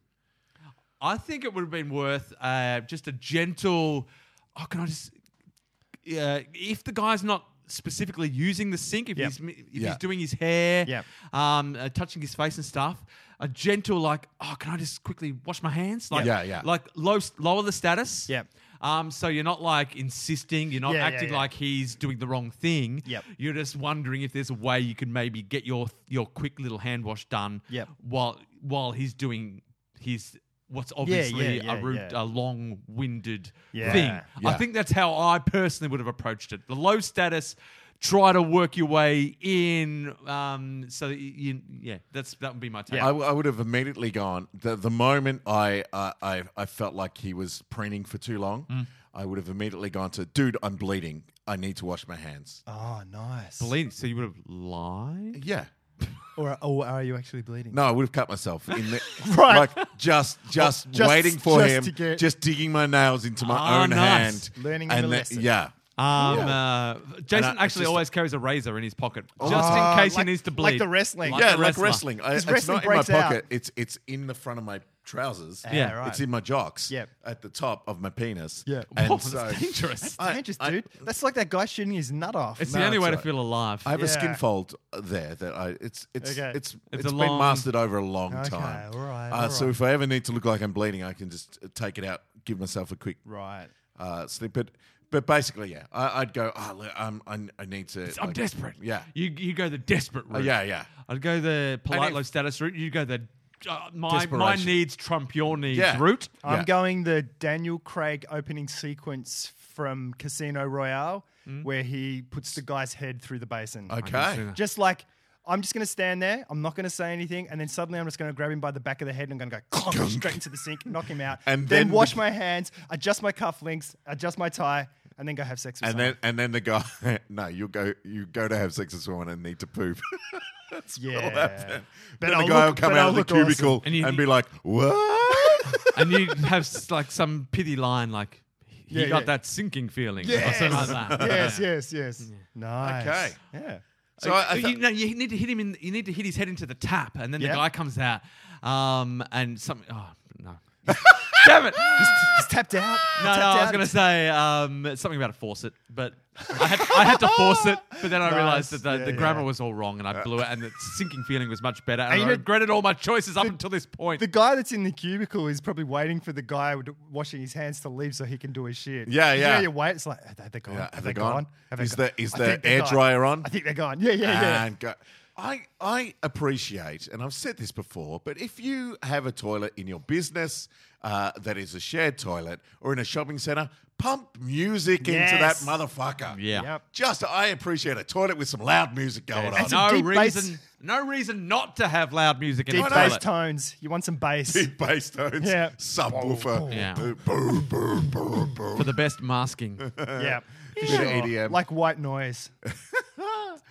I think it would have been worth uh, just a gentle. Oh, can I just? Yeah, if the guy's not specifically using the sink, if
Yep.
he's if
Yeah.
he's doing his hair,
Yep.
um, uh, touching his face and stuff, a gentle like, oh, can I just quickly wash my hands? Like,
Yeah, yeah.
like low, lower the status.
Yep.
Um, so you're not like insisting, you're not
Yeah, yeah,
acting
yeah.
like he's doing the wrong thing.
Yep.
You're just wondering if there's a way you can maybe get your your quick little hand wash done.
Yep.
While while he's doing his what's
yeah,
obviously
yeah,
a root,
yeah.
a long-winded
Yeah.
thing. I
Yeah.
think that's how I personally would have approached it. The low status. Try to work your way in, um, so that you, yeah, that's that would be my take.
I, w- I would have immediately gone. The, the moment I, uh, I I felt like he was preening for too long, I would have immediately gone to, dude, I'm bleeding. I need to wash my hands.
Oh, nice.
Bleeding, so you would have lied.
Yeah.
or, or are you actually bleeding?
No, I would have cut myself in the
Right. Oh,
like just just,
just-
waiting for
just
him,
to get-
just digging my nails into my
Ah,
own
nice.
hand,
Learning him
and
a
the-
lesson.
yeah.
Um, uh, Jason
And I-
actually
it's just-
always carries a razor in his pocket just
Oh,
in case
like-
he needs to
like
bleed.
the wrestling.
yeah,
the
like
wrestler.
wrestling. I, it's
'Cause wrestling
not in my
breaks out.
pocket. It's it's in the front of my trousers.
Yeah, right.
it's in my jocks.
Yep.
at the top of my penis.
Yeah.
and
Whoa,
so
that's Oh, dangerous.
I-
Dangerous,
I-
dude. That's like that guy shooting his nut off.
it's the
No,
only
it's
way to
alright.
feel alive.
I have a skin
Yeah.
fold there that I it's it's
Okay.
it's
It's
it's
a
been
long-
mastered over a long
Okay,
time.
all right,
Uh,
all
So
right.
if I ever need to look like I'm bleeding, I can just uh, take it out, give myself a quick
right.
uh, snippet. But basically, yeah, I, I'd go. Oh, look, I'm, I'm I need to.
I'm
like-
desperate.
Yeah.
You you go the desperate
Uh,
route.
yeah, yeah,
I'd go the polite
if-
low status route. You go the uh, my my
Desperation.
needs trump your needs
Yeah.
route.
I'm
Yeah.
going the Daniel Craig opening sequence from Casino Royale, where he puts the guy's head through the basin.
can see
Mm. Okay.
that.
Just like I'm just going to stand there. I'm not going to say anything, and then suddenly I'm just going to grab him by the back of the head and I'm going to go clunk, straight into the sink, knock him out,
And
then,
then
wash
the-
my hands, adjust my cufflinks, adjust my tie, and then go have sex with
And
someone.
then and then the guy. no, you go you go to have sex with someone and need to poop.
yeah,
then the
I'll
guy
look-
will come out
but I'll
of the
look awesome.
cubicle
And you-
and be like, "What?"
and you have s- like some pithy line like he
Yeah,
got
yeah.
that sinking feeling.
Yes.
Or something like that.
yes, yes, yes. Nice.
Okay.
Yeah.
so I, I
you,
th-
no, you need to hit him in. You need to hit his head into the tap, and then
Yeah.
the guy comes out, um, and something. Oh no! Damn it!
He's tapped out.
No, no, I was going to say um, something about a faucet, but I had, I had to force it, but then I
Nice.
realized that the,
Yeah,
the
yeah.
grammar was all wrong and I blew it, and the sinking feeling was much better. And,
you
I
know-
regretted all my choices up until this point.
The guy that's in the cubicle is probably waiting for the guy with- washing his hands to leave so he can do his shit.
Yeah,
You
yeah.
know, you wait. It's like, have they gone?
Yeah,
have they gone? Have they
Is
gone?
the- is
I
the
think they're
air
gone.
dryer on?
I think they're gone. Yeah, yeah, yeah.
and go. I, I appreciate, and I've said this before, but if you have a toilet in your business uh, that is a shared toilet or in a shopping center, pump music into that
Yes.
motherfucker.
yeah.
Yep.
Just, I appreciate a toilet with some loud music going
And
on.
some
No
deep bass-
reason, no reason not to have loud music in
Deep
the
bass
toilet.
tones. You want some bass.
Big bass tones,
Yeah.
subwoofer,
Yeah.
boo, boo, boo, boo, boo.
for the best masking.
yeah.
Bit of E EDM.
Like white noise.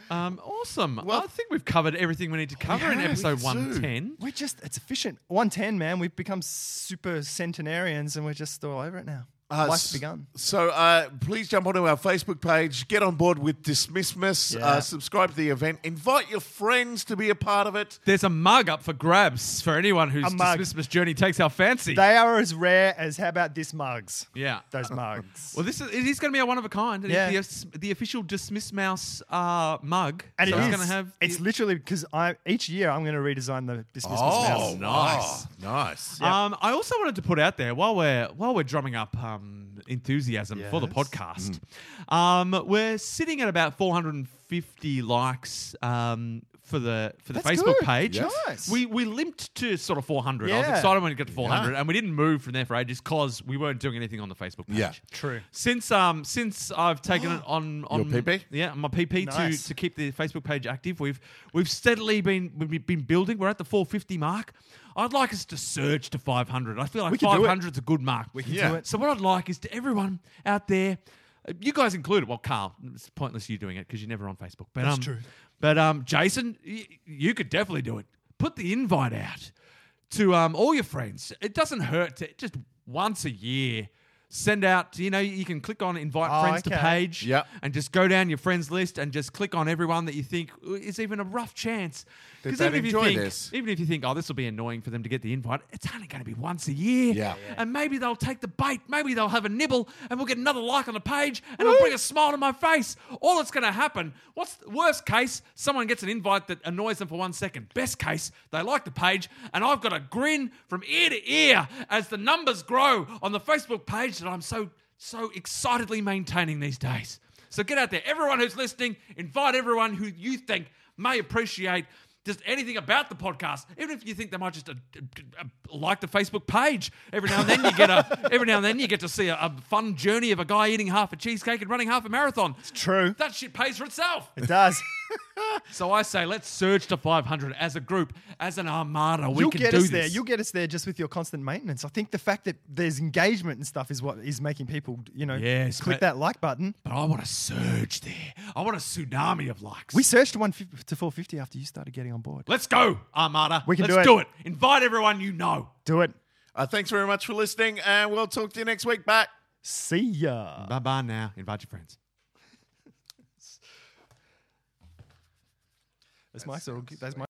Um, awesome.
Well-
I think we've covered everything we need to cover in
yeah, we
episode
did.
110.
We're just, it's efficient. 110, man. We've become super centenarians and we're just all over it now.
Uh, s-
Life's begun.
So uh, please jump onto our Facebook page, get on board with Dismissmas,
Yeah.
uh, subscribe to the event, invite your friends to be a part of it.
There's a mug up for grabs for anyone whose
A mug.
Christmas journey takes our fancy.
They are as rare as how about this mugs?
yeah.
Those mugs.
Well, this is it is going to be a one of a kind. It is
Yeah.
the, the official Dismiss Mouse uh, mug.
and
so
it
it's
is.
going to have.
it's literally because I each year I'm going to redesign the dismiss
Oh,
mouse.
nice. nice.
Um, I also wanted to put out there while we're while we're drumming up um, enthusiasm for the
Yes. Mm.
podcast, um, we're sitting at about 450 likes um, for the for the
That's
Facebook
good.
page.
Yes. Nice.
We we limped to sort of 400. I was
Yeah.
excited when it got to 400, and we didn't move from there for ages because we weren't doing anything on the Facebook page.
Yeah.
True.
Since um since I've taken it on on
Your PP?
yeah my PP
Nice.
to, to keep the Facebook page active we've we've steadily been we've been building we're at the 450 mark I'd like us to surge to 500 I feel like
We can do it.
500 is a good mark we
can Yeah. do it.
so what I'd like is to everyone out there uh, you guys included well Carl it's pointless you doing it because you're never on Facebook but um
true.
but um Jason y- you could definitely do it put the invite out to um, all your friends. It doesn't hurt to just once a year send out. You know, you can click on invite
Oh,
friends to
okay.
page,
Yep.
and just go down your friends list and just click on everyone that you think is even a rough chance.
That
Because
they'd
even if you
enjoy
think,
this.
even if you think, oh, this will be annoying for them to get the invite, it's only going to be once a year.
Yeah.
and maybe they'll take the bait. Maybe they'll have a nibble, and we'll get another like on the page, and it'll bring a smile to my face. All that's going to happen. What's the worst case? Someone gets an invite that annoys them for one second. Best case, they like the page, and I've got a grin from ear to ear as the numbers grow on the Facebook page that I'm so so excitedly maintaining these days. So get out there, everyone who's listening. Invite everyone who you think may appreciate just anything about the podcast, even if you think they might just uh, uh, uh, like the Facebook page. Every now and then you get a, every now and then you get to see a, a fun journey of a guy eating half a cheesecake and running half a marathon.
True.
That shit pays for itself.
It does.
So I say, let's surge to 500 as a group, as an armada. We
You'll
can
get
do
us
this.
there. You'll get us there just with your constant maintenance. I think the fact that there's engagement and stuff is what is making people, you know,
Yes,
click
mate.
that like button.
but I want a surge there. I want a tsunami of likes.
We searched one to 450 after you started getting on board.
let's go, armada.
We can
let's
do
do it. Invite everyone you know.
Do it.
Uh, thanks very much for listening, and we'll talk to you next week. Bye.
See ya.
Bye bye now. Invite your friends.
That's my sort of- that's my